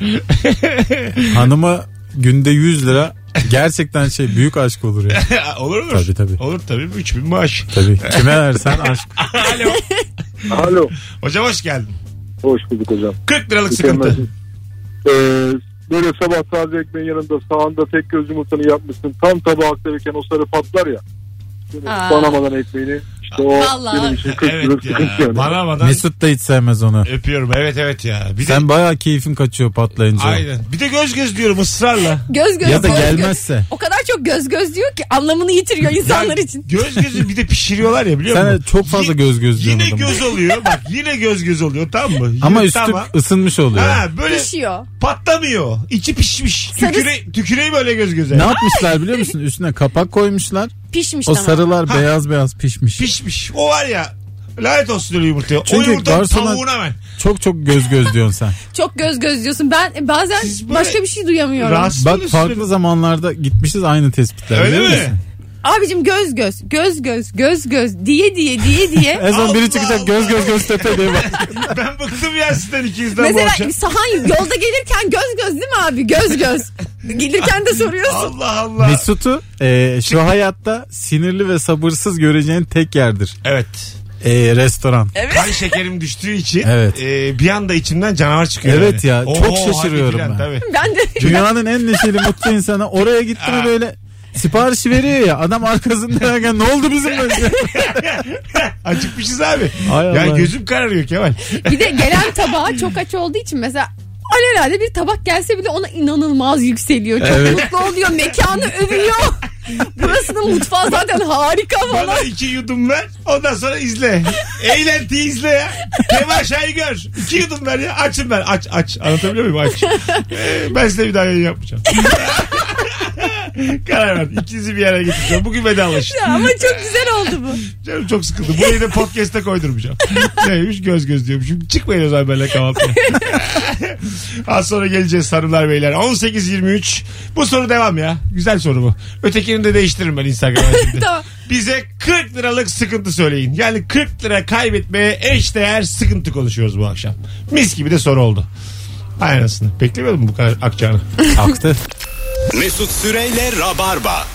Speaker 2: [LAUGHS]
Speaker 3: Hanıma günde 100 lira gerçekten şey büyük aşk olur ya.
Speaker 2: olur olur.
Speaker 3: Tabii, tabii.
Speaker 2: Olur tabii. 3000 maaş.
Speaker 3: Tabii. Kime versen aşk.
Speaker 2: Alo.
Speaker 6: [LAUGHS] Alo.
Speaker 2: Hocam hoş geldin.
Speaker 6: Hoş bulduk hocam.
Speaker 2: 40 liralık sıkıntı.
Speaker 6: Ee, böyle sabah taze ekmeğin yanında sağında tek göz yumurtanı yapmışsın. Tam tabağa aktarırken o sarı patlar ya. Böyle
Speaker 4: Aa.
Speaker 6: Banamadan ekmeğini. İşte o
Speaker 4: Vallahi.
Speaker 6: benim için 40 lira
Speaker 2: Evet
Speaker 6: sıkıntı yani.
Speaker 2: ya. Banamadan
Speaker 3: Mesut da hiç sevmez onu.
Speaker 2: öpüyorum. Evet evet ya. Bir de
Speaker 3: Sen bayağı keyfin kaçıyor patlayınca.
Speaker 2: Aynen. Bir de göz göz diyorum ısrarla.
Speaker 4: Göz göz
Speaker 3: Ya da
Speaker 4: göz göz.
Speaker 3: gelmezse.
Speaker 4: O kadar çok göz göz diyor ki anlamını yitiriyor insanlar
Speaker 2: Yani
Speaker 4: için.
Speaker 2: Göz gözü bir de pişiriyorlar ya biliyor
Speaker 3: Sen
Speaker 2: musun?
Speaker 3: de çok fazla
Speaker 2: Yi-
Speaker 3: göz göz
Speaker 2: Yine
Speaker 3: diyorsun adama.
Speaker 2: göz oluyor bak yine göz göz oluyor tamam mı? Yine
Speaker 3: Ama üstü
Speaker 2: tamam.
Speaker 3: ısınmış oluyor.
Speaker 2: Ha, böyle
Speaker 4: Pişiyor.
Speaker 2: patlamıyor. İçi pişmiş.
Speaker 4: Sarı-
Speaker 2: Tüküre, tüküreği böyle göz göze.
Speaker 3: Ne yapmışlar biliyor musun? Üstüne kapak koymuşlar.
Speaker 4: Pişmiş
Speaker 3: O
Speaker 4: tamam.
Speaker 3: sarılar
Speaker 2: Ha.
Speaker 3: beyaz beyaz pişmiş.
Speaker 2: Pişmiş. O var ya lanet olsun öyle yumurtaya.
Speaker 3: Çünkü
Speaker 2: o yumurtanın
Speaker 3: garsona-
Speaker 2: tavuğuna ben.
Speaker 3: Çok çok göz göz diyorsun sen.
Speaker 4: Çok göz göz diyorsun. Ben e, bazen
Speaker 2: Siz böyle-
Speaker 4: başka bir şey duyamıyorum.
Speaker 2: [LAUGHS] Rahatsız
Speaker 3: Bak
Speaker 2: oluyorsunuz.
Speaker 3: farklı zamanlarda gitmişiz aynı tespitler.
Speaker 2: Öyle
Speaker 3: biliyor
Speaker 2: mi?
Speaker 3: musun?
Speaker 4: Abicim göz göz göz göz göz göz diye diye diye
Speaker 3: [LAUGHS]
Speaker 4: diye.
Speaker 3: En son
Speaker 2: Allah
Speaker 3: biri çıkacak göz göz göz
Speaker 2: [LAUGHS]
Speaker 3: tepe diye bak.
Speaker 2: Ben bıktım ya sizden ikinizden bu akşam.
Speaker 4: Mesela sahan yolda gelirken göz göz değil mi abi?
Speaker 3: [LAUGHS]
Speaker 4: Göz göz. Gelirken de soruyorsun.
Speaker 2: Allah Allah.
Speaker 3: Mesut'u e, şu hayatta sinirli ve sabırsız göreceğin tek yerdir.
Speaker 2: Evet.
Speaker 3: E,
Speaker 2: [LAUGHS]
Speaker 3: restoran.
Speaker 2: Kan şekerim düştüğü için
Speaker 3: Evet.
Speaker 2: e, bir anda içimden canavar çıkıyor.
Speaker 3: Evet ya, çok
Speaker 2: hadi
Speaker 3: şaşırıyorum
Speaker 2: filan,
Speaker 3: ben.
Speaker 2: tabii.
Speaker 4: Ben de
Speaker 3: Dünyanın en neşeli mutlu insanı oraya gitti mi böyle siparişi veriyor ya
Speaker 2: [LAUGHS]
Speaker 3: adam arkasındayken ne oldu bizim böyle? [LAUGHS]
Speaker 2: Acıkmışız abi.
Speaker 3: Ay
Speaker 2: ya
Speaker 3: Allah.
Speaker 2: gözüm kararıyor Kemal.
Speaker 4: bir de gelen tabağa çok aç olduğu için mesela alelade bir tabak gelse bile ona inanılmaz yükseliyor. Çok
Speaker 3: Evet.
Speaker 4: mutlu oluyor. Mekanı övüyor. [LAUGHS] Burasının mutfağı zaten harika falan.
Speaker 2: Bana iki yudum ver ondan sonra izle. Eğlenti izle ya. Kemal Şaygör. İki yudum ver ya. Açım ben. Aç aç. Anlatabiliyor muyum? Aç. Ee, ben size bir daha yayın yapmayacağım. Karar verdim. İkinizi bir yere getireceğim. Bugün vedalaşın.
Speaker 4: Ama çok güzel oldu bu.
Speaker 2: Canım çok sıkıldı. Burayı da podcast'e koydurmayacağım. Neymiş göz göz diyormuşum. Çıkmayın o zaman benimle kahvaltıya. Az sonra geleceğiz sarılar beyler. 18-23. Bu soru devam ya. Güzel soru bu. Ötekini de değiştiririm ben Instagram'a şimdi.
Speaker 4: Tamam.
Speaker 2: Bize 40 liralık sıkıntı söyleyin. Yani 40 lira kaybetmeye eş değer sıkıntı konuşuyoruz bu akşam. Mis gibi de soru oldu. Aynasını. Beklemiyordum bu kadar akacağını.
Speaker 3: Aktı.
Speaker 1: Mesut Süreyle Rabarba.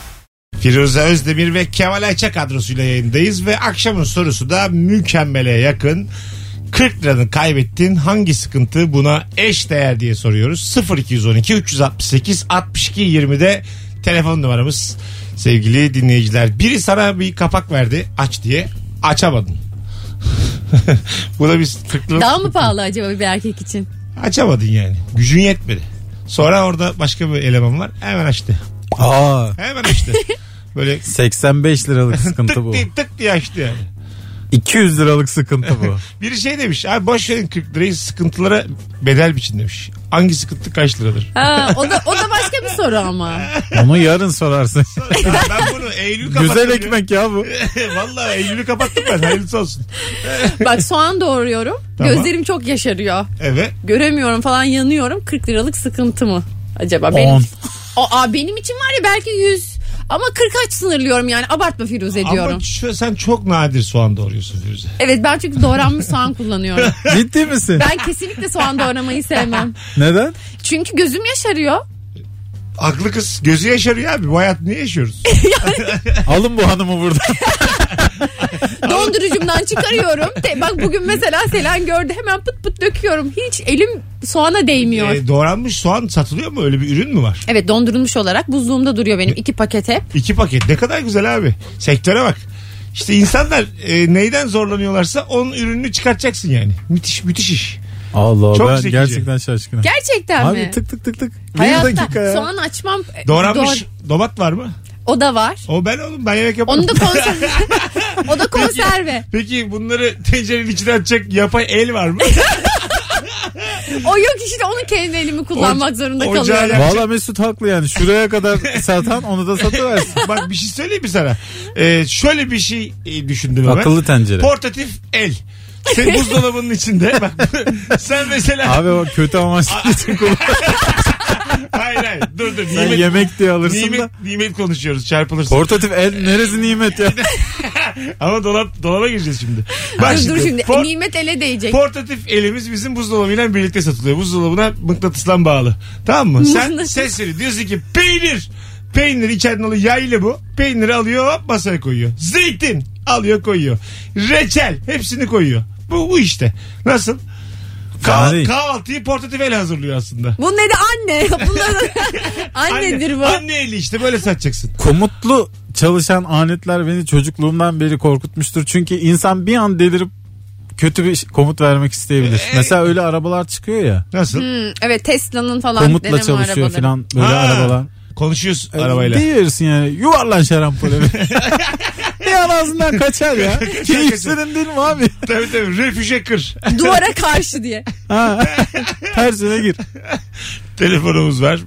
Speaker 2: Firuze Özdemir ve Kemal Ayça kadrosuyla yayındayız ve akşamın sorusu da mükemmele yakın. 40 liranı kaybettin hangi sıkıntı buna eş değer diye soruyoruz. 0212 368 62 20'de telefon numaramız sevgili dinleyiciler. Biri sana bir kapak verdi aç diye açamadın. [LAUGHS] Bu da bir 40 lira
Speaker 4: Daha mı pahalı acaba bir erkek için?
Speaker 2: açamadın yani gücün yetmedi. Sonra orada başka bir eleman var hemen açtı
Speaker 3: Aa
Speaker 2: hemen açtı. Böyle
Speaker 3: 85 liralık sıkıntı
Speaker 2: tık
Speaker 3: bu.
Speaker 2: diye tık diye açtı yani.
Speaker 3: 200 liralık sıkıntı bu.
Speaker 2: Biri şey demiş abi boş verin 40 lirayı sıkıntılara bedel biçin demiş. Hangi sıkıntı kaç liradır?
Speaker 4: Ha, o da o da başka bir soru ama.
Speaker 3: Onu yarın sorarsın.
Speaker 2: [LAUGHS] ben bunu Eylül kapattım.
Speaker 3: Güzel
Speaker 2: ya.
Speaker 3: ekmek ya bu.
Speaker 2: [LAUGHS] Vallahi Eylül'ü kapattım ben hayırlısı olsun.
Speaker 4: Bak soğan doğruyorum.
Speaker 2: Tamam.
Speaker 4: Gözlerim çok yaşarıyor.
Speaker 2: Evet.
Speaker 4: Göremiyorum falan yanıyorum. 40 liralık sıkıntı mı acaba? Benim,
Speaker 3: 10.
Speaker 4: O, aa, benim için var ya belki 100. Ama 40 sınırlıyorum yani abartma Firuze diyorum.
Speaker 2: Ama şu- sen çok nadir soğan doğruyorsun Firuze.
Speaker 4: Evet ben çünkü doğranmış soğan kullanıyorum.
Speaker 3: Ciddi misin?
Speaker 4: Ben kesinlikle soğan doğramayı sevmem.
Speaker 3: Neden?
Speaker 4: Çünkü gözüm yaşarıyor.
Speaker 2: Aklı kız gözü yaşarıyor abi. Bu hayat niye yaşıyoruz?
Speaker 3: Alın bu hanımı buradan.
Speaker 4: Dondurucumdan çıkarıyorum. Te- bak bugün mesela Selen gördü hemen pıt pıt döküyorum. Hiç elim soğana değmiyor.
Speaker 2: Ee, doğranmış soğan satılıyor mu? Öyle bir ürün mü var?
Speaker 4: Evet dondurulmuş olarak buzluğumda duruyor benim iki paket hep.
Speaker 2: İki paket. Ne kadar güzel abi. Sektöre bak. İşte insanlar e, neyden zorlanıyorlarsa onun ürününü çıkartacaksın yani. Müthiş müthiş iş.
Speaker 3: [LAUGHS] Allah Allah,
Speaker 2: Çok
Speaker 3: ben
Speaker 2: zekice.
Speaker 3: gerçekten şaşkınım.
Speaker 4: Gerçekten
Speaker 3: Abi
Speaker 4: mi?
Speaker 3: tık tık tık tık. Bir dakika
Speaker 4: Hayatta
Speaker 3: ya.
Speaker 4: soğan açmam. e,
Speaker 2: Doğranmış
Speaker 4: doğ-
Speaker 2: domat var mı?
Speaker 4: o da var.
Speaker 2: O ben oğlum ben yemek yaparım.
Speaker 4: Onu da konserve.
Speaker 3: [LAUGHS]
Speaker 4: o da konserve.
Speaker 2: Peki bunları [LAUGHS] tencerenin içine atacak yapay el var mı?
Speaker 4: O yok işte onu kendi elimi kullanmak zorunda
Speaker 2: ocağa
Speaker 4: kalıyorum.
Speaker 2: yak-
Speaker 3: Valla Mesut haklı yani. Şuraya [LAUGHS] kadar satan onu da satıversin.
Speaker 2: Bak bir şey söyleyeyim mi sana? Ee, şöyle bir şey e, düşündüm hemen.
Speaker 3: Akıllı tencere.
Speaker 2: Portatif el. Sen buzdolabının içinde bak. [LAUGHS] sen mesela
Speaker 3: Abi o kötü amaçlı için kullan.
Speaker 2: [LAUGHS] hayır hayır dur dur.
Speaker 3: Sen
Speaker 2: Nimet,
Speaker 3: yemek diye alırsın
Speaker 2: nimet,
Speaker 3: da.
Speaker 2: nimet konuşuyoruz çarpılırsın.
Speaker 3: Portatif el neresi nimet ya?
Speaker 2: Ama dolap dolaba gireceğiz şimdi. Bak
Speaker 4: Dur, dur şimdi.
Speaker 2: por-
Speaker 4: Nimet ele değecek.
Speaker 2: portatif elimiz bizim buzdolabıyla birlikte satılıyor. Buzdolabına mıknatısla bağlı. Tamam mı? Sen
Speaker 4: Mıknatıs.
Speaker 2: ses veriyorsun. Diyorsun ki peynir. Peynir içeriden alıyor yaylı bu. Peyniri alıyor hop masaya koyuyor. Zeytin alıyor koyuyor. Reçel hepsini koyuyor. Bu, bu işte. Nasıl?
Speaker 3: Fena
Speaker 2: Kah-
Speaker 3: değil.
Speaker 2: kahvaltıyı portatif el hazırlıyor aslında.
Speaker 4: Bunun adı anne. [LAUGHS] Bunların annedir bu.
Speaker 2: Anne eli işte böyle satacaksın.
Speaker 3: Komutlu çalışan aletler beni çocukluğumdan beri korkutmuştur. Çünkü insan bir an delirip kötü bir komut vermek isteyebilir. Mesela öyle arabalar çıkıyor ya.
Speaker 2: Nasıl?
Speaker 4: Hmm, evet Tesla'nın falan
Speaker 3: Komutla
Speaker 4: deneme
Speaker 3: çalışıyor
Speaker 4: arabaları.
Speaker 3: falan böyle
Speaker 2: Ha.
Speaker 3: arabalar.
Speaker 2: Konuşuyoruz
Speaker 3: E,
Speaker 2: arabayla.
Speaker 3: Diyorsun yani yuvarlan şarampole. [LAUGHS] bir an ağzından kaçar ya. Keyiflerin değil mi abi?
Speaker 2: tabii tabii. Refüje kır.
Speaker 4: [LAUGHS]
Speaker 2: [LAUGHS]
Speaker 4: Duvara karşı diye.
Speaker 3: Ha. Tersine gir.
Speaker 2: Telefonumuz var.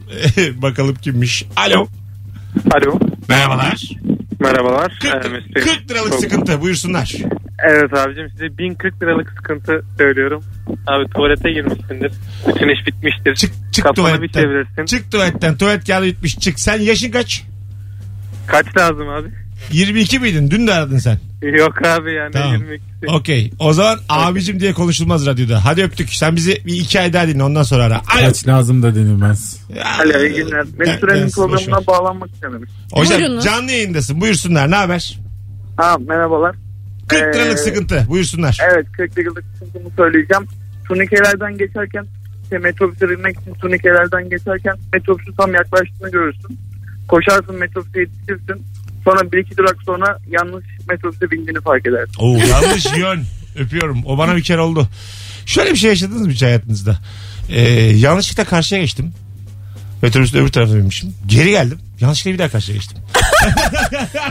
Speaker 2: [LAUGHS] Bakalım kimmiş. Alo.
Speaker 8: Alo.
Speaker 2: Merhabalar.
Speaker 8: Merhabalar.
Speaker 2: 40,
Speaker 8: Ee, Mesut Bey.
Speaker 2: 40 liralık
Speaker 8: Çok-
Speaker 2: sıkıntı buyursunlar.
Speaker 8: Evet abicim size 1040 liralık sıkıntı söylüyorum. Abi tuvalete girmişsindir. Bütün iş bitmiştir.
Speaker 2: Çık çık
Speaker 8: Kafanı bir
Speaker 2: tuvaletten.
Speaker 8: çevirirsin.
Speaker 2: Çık tuvaletten. Tuvalet kağıdı bitmiş. Çık. Sen yaşın kaç?
Speaker 8: Kaç lazım abi? [LAUGHS]
Speaker 2: 22 miydin? Dün de aradın sen.
Speaker 8: Yok abi yani
Speaker 2: Tamam.
Speaker 8: 22.
Speaker 2: Okey. O zaman abicim diye konuşulmaz radyoda. Hadi öptük. Sen bizi bir iki ay daha dinle. Ondan sonra ara. Alo.
Speaker 3: Kaç lazım da denilmez.
Speaker 8: Alo iyi günler.
Speaker 2: Ben-
Speaker 8: Mesut Süren'in
Speaker 2: ben- boş ver.
Speaker 8: programına bağlanmak istedim.
Speaker 2: Hocam
Speaker 4: Buyurunuz.
Speaker 2: canlı yayındasın. Buyursunlar. Ne haber?
Speaker 8: Ha merhabalar.
Speaker 2: 40 liralık
Speaker 8: Ee,
Speaker 2: sıkıntı. Buyursunlar.
Speaker 8: Evet 40 yıllık sıkıntımı söyleyeceğim. Turnikelerden geçerken işte metrobüse binmek için turnikelerden geçerken metrobüsün tam yaklaştığını görürsün. Koşarsın metrobüse yetişirsin. Sonra bir iki durak sonra yanlış metrobüse bindiğini fark edersin.
Speaker 2: Oo, yanlış [LAUGHS] yön. Öpüyorum. O bana bir kere oldu. Şöyle bir şey yaşadınız mı hiç hayatınızda? Ee, yanlışlıkla karşıya geçtim. Metrobüsün öbür tarafına binmişim. Geri geldim. Yanlışlıkla bir daha karşıya geçtim.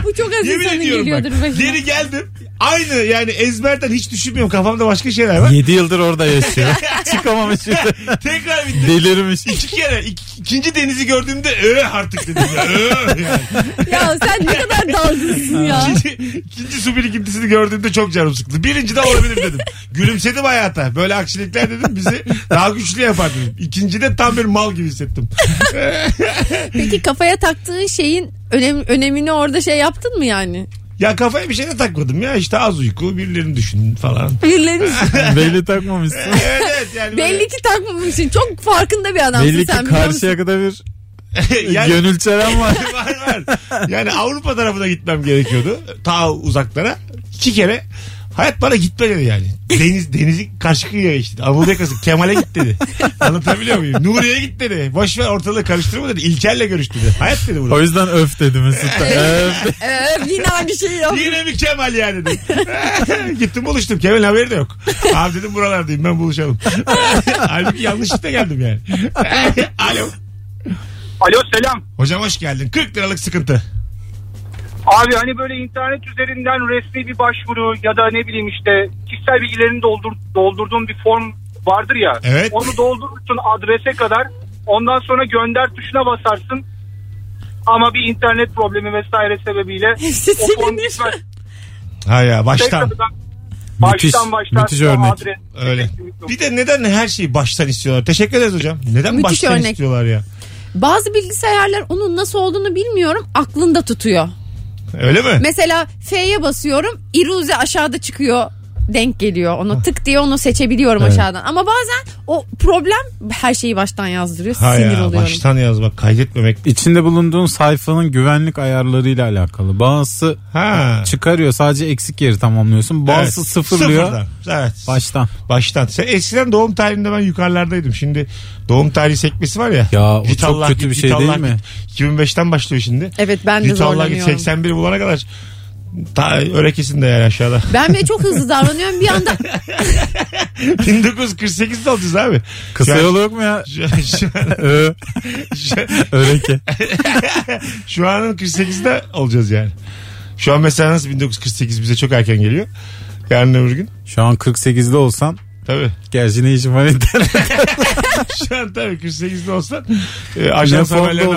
Speaker 4: Bu çok az
Speaker 2: Yemin
Speaker 4: insanın
Speaker 2: ediyorum
Speaker 4: geliyordur
Speaker 2: bak.
Speaker 4: başına.
Speaker 2: Geri geldim. Aynı yani ezberden hiç düşünmüyorum. Kafamda başka şeyler var.
Speaker 3: 7 yıldır orada yaşıyor. [LAUGHS] Çıkamamış şimdi.
Speaker 2: Tekrar bindim.
Speaker 3: Delirmiş.
Speaker 2: İki kere. ik- ikinci denizi gördüğümde öh artık dedim. ya, Öh yani.
Speaker 4: [LAUGHS] Ya sen ne kadar dalgınsın ya.
Speaker 2: İkinci, ikinci su birikintisini gördüğümde çok canım sıkıldı. Birinci de olabilir dedim. Gülümsedim hayata. Böyle aksilikler dedim bizi daha güçlü yapar dedim. İkinci de tam bir mal gibi hissettim.
Speaker 4: Peki kafaya taktığın şeyin önem, önemini orada şey yaptın mı yani?
Speaker 2: Ya kafaya bir şey de takmadım ya. İşte az uyku, birilerini düşün falan.
Speaker 4: Birileri
Speaker 2: [LAUGHS]
Speaker 3: Belli takmamışsın.
Speaker 2: evet evet yani. böyle-
Speaker 4: belli ki takmamışsın. Çok farkında bir adamsın
Speaker 3: Belli
Speaker 4: sen
Speaker 3: ki
Speaker 4: biliyor musun?
Speaker 3: karşıya kadar bir
Speaker 2: [LAUGHS] yani,
Speaker 3: gönül çelen var.
Speaker 2: [LAUGHS] var var. Yani Avrupa tarafına gitmem gerekiyordu. Ta uzaklara. İki kere hayat bana gitme dedi yani. Deniz denizi karşı kıyıya geçti. Anadolu yakası Kemal'e git dedi. Anlatabiliyor muyum? Nuri'ye git dedi. Boş ver ortalığı karıştırma dedi. İlker'le görüş dedi. Hayat dedi
Speaker 3: O
Speaker 2: bunu.
Speaker 3: yüzden öf dedi Mesut. öf.
Speaker 4: Ee, yine aynı
Speaker 2: [LAUGHS]
Speaker 4: şey yok.
Speaker 2: Yine mi Kemal ya dedim. [LAUGHS] Gittim buluştum. Kemal'in haberi de yok. Abi dedim buralardayım ben buluşalım. [LAUGHS] Halbuki yanlışlıkla geldim yani. [LAUGHS] Alo.
Speaker 5: Alo selam.
Speaker 2: Hocam hoş geldin. 40 liralık sıkıntı.
Speaker 5: Abi hani böyle internet üzerinden resmi bir başvuru ya da ne bileyim işte kişisel bilgilerini doldur, doldurduğun bir form vardır ya.
Speaker 2: Evet.
Speaker 5: Onu doldurursun adrese kadar. Ondan sonra gönder tuşuna basarsın. Ama bir internet problemi vesaire sebebiyle
Speaker 4: Hepsi
Speaker 5: o form
Speaker 4: silinir.
Speaker 5: gitmez.
Speaker 2: Ha ya baştan.
Speaker 5: Tekrardan baştan baştan
Speaker 3: müthiş örnek.
Speaker 5: adres-
Speaker 2: Öyle. Bir de neden her şeyi baştan istiyorlar? Teşekkür ederiz hocam. Neden
Speaker 4: E, Müthiş
Speaker 2: baştan
Speaker 4: örnek.
Speaker 2: istiyorlar ya?
Speaker 4: Bazı bilgisayarlar onun nasıl olduğunu bilmiyorum. Aklında tutuyor.
Speaker 2: Öyle mi?
Speaker 4: Mesela F'ye basıyorum. İruze aşağıda çıkıyor. Denk geliyor
Speaker 2: Ah.
Speaker 4: onu. Tık diye onu seçebiliyorum
Speaker 3: Evet.
Speaker 4: aşağıdan. Ama bazen o problem her şeyi baştan yazdırıyor.
Speaker 2: ha
Speaker 4: Sinir
Speaker 2: ya,
Speaker 4: oluyorum.
Speaker 2: baştan yazmak, kaydetmemek.
Speaker 3: İçinde bulunduğun sayfanın güvenlik ayarlarıyla alakalı. Bazısı
Speaker 2: Ha.
Speaker 3: çıkarıyor sadece eksik yeri tamamlıyorsun. Bazısı
Speaker 2: Evet.
Speaker 3: sıfırlıyor.
Speaker 2: Sıfırdan. Evet.
Speaker 3: Baştan.
Speaker 2: Baştan. Sen eskiden doğum tarihinde ben yukarılardaydım. Şimdi doğum tarihi sekmesi var ya.
Speaker 3: Ya o
Speaker 2: Git
Speaker 3: çok
Speaker 2: Allah
Speaker 3: kötü
Speaker 2: git,
Speaker 3: bir
Speaker 2: git
Speaker 3: şey
Speaker 2: Allah
Speaker 3: değil mi?
Speaker 2: git. 2005'ten başlıyor şimdi.
Speaker 4: Evet ben de
Speaker 2: Git Allah git
Speaker 4: zorlanıyorum.
Speaker 2: 81 bulana kadar Ta örekesinde yani aşağıda. [LAUGHS]
Speaker 4: Ben bile çok hızlı davranıyorum bir anda.
Speaker 2: 1948'de alacağız abi.
Speaker 3: Kısa
Speaker 2: Şu an-
Speaker 3: yolu yok Şey mu ya?
Speaker 2: Şu, şu,
Speaker 3: Ö,
Speaker 2: şu, [LAUGHS]
Speaker 3: öreke.
Speaker 2: şu anın 48'de olacağız yani. Şu an mesela nasıl 1948 bize çok erken geliyor. Yarın öbür gün.
Speaker 3: Şu an 48'de olsan
Speaker 2: Tabii. [LAUGHS]
Speaker 3: gerçi ne işin var internet.
Speaker 2: Şu an tabii 48'de olsan e, ajans
Speaker 3: Ne formda
Speaker 2: haberlerine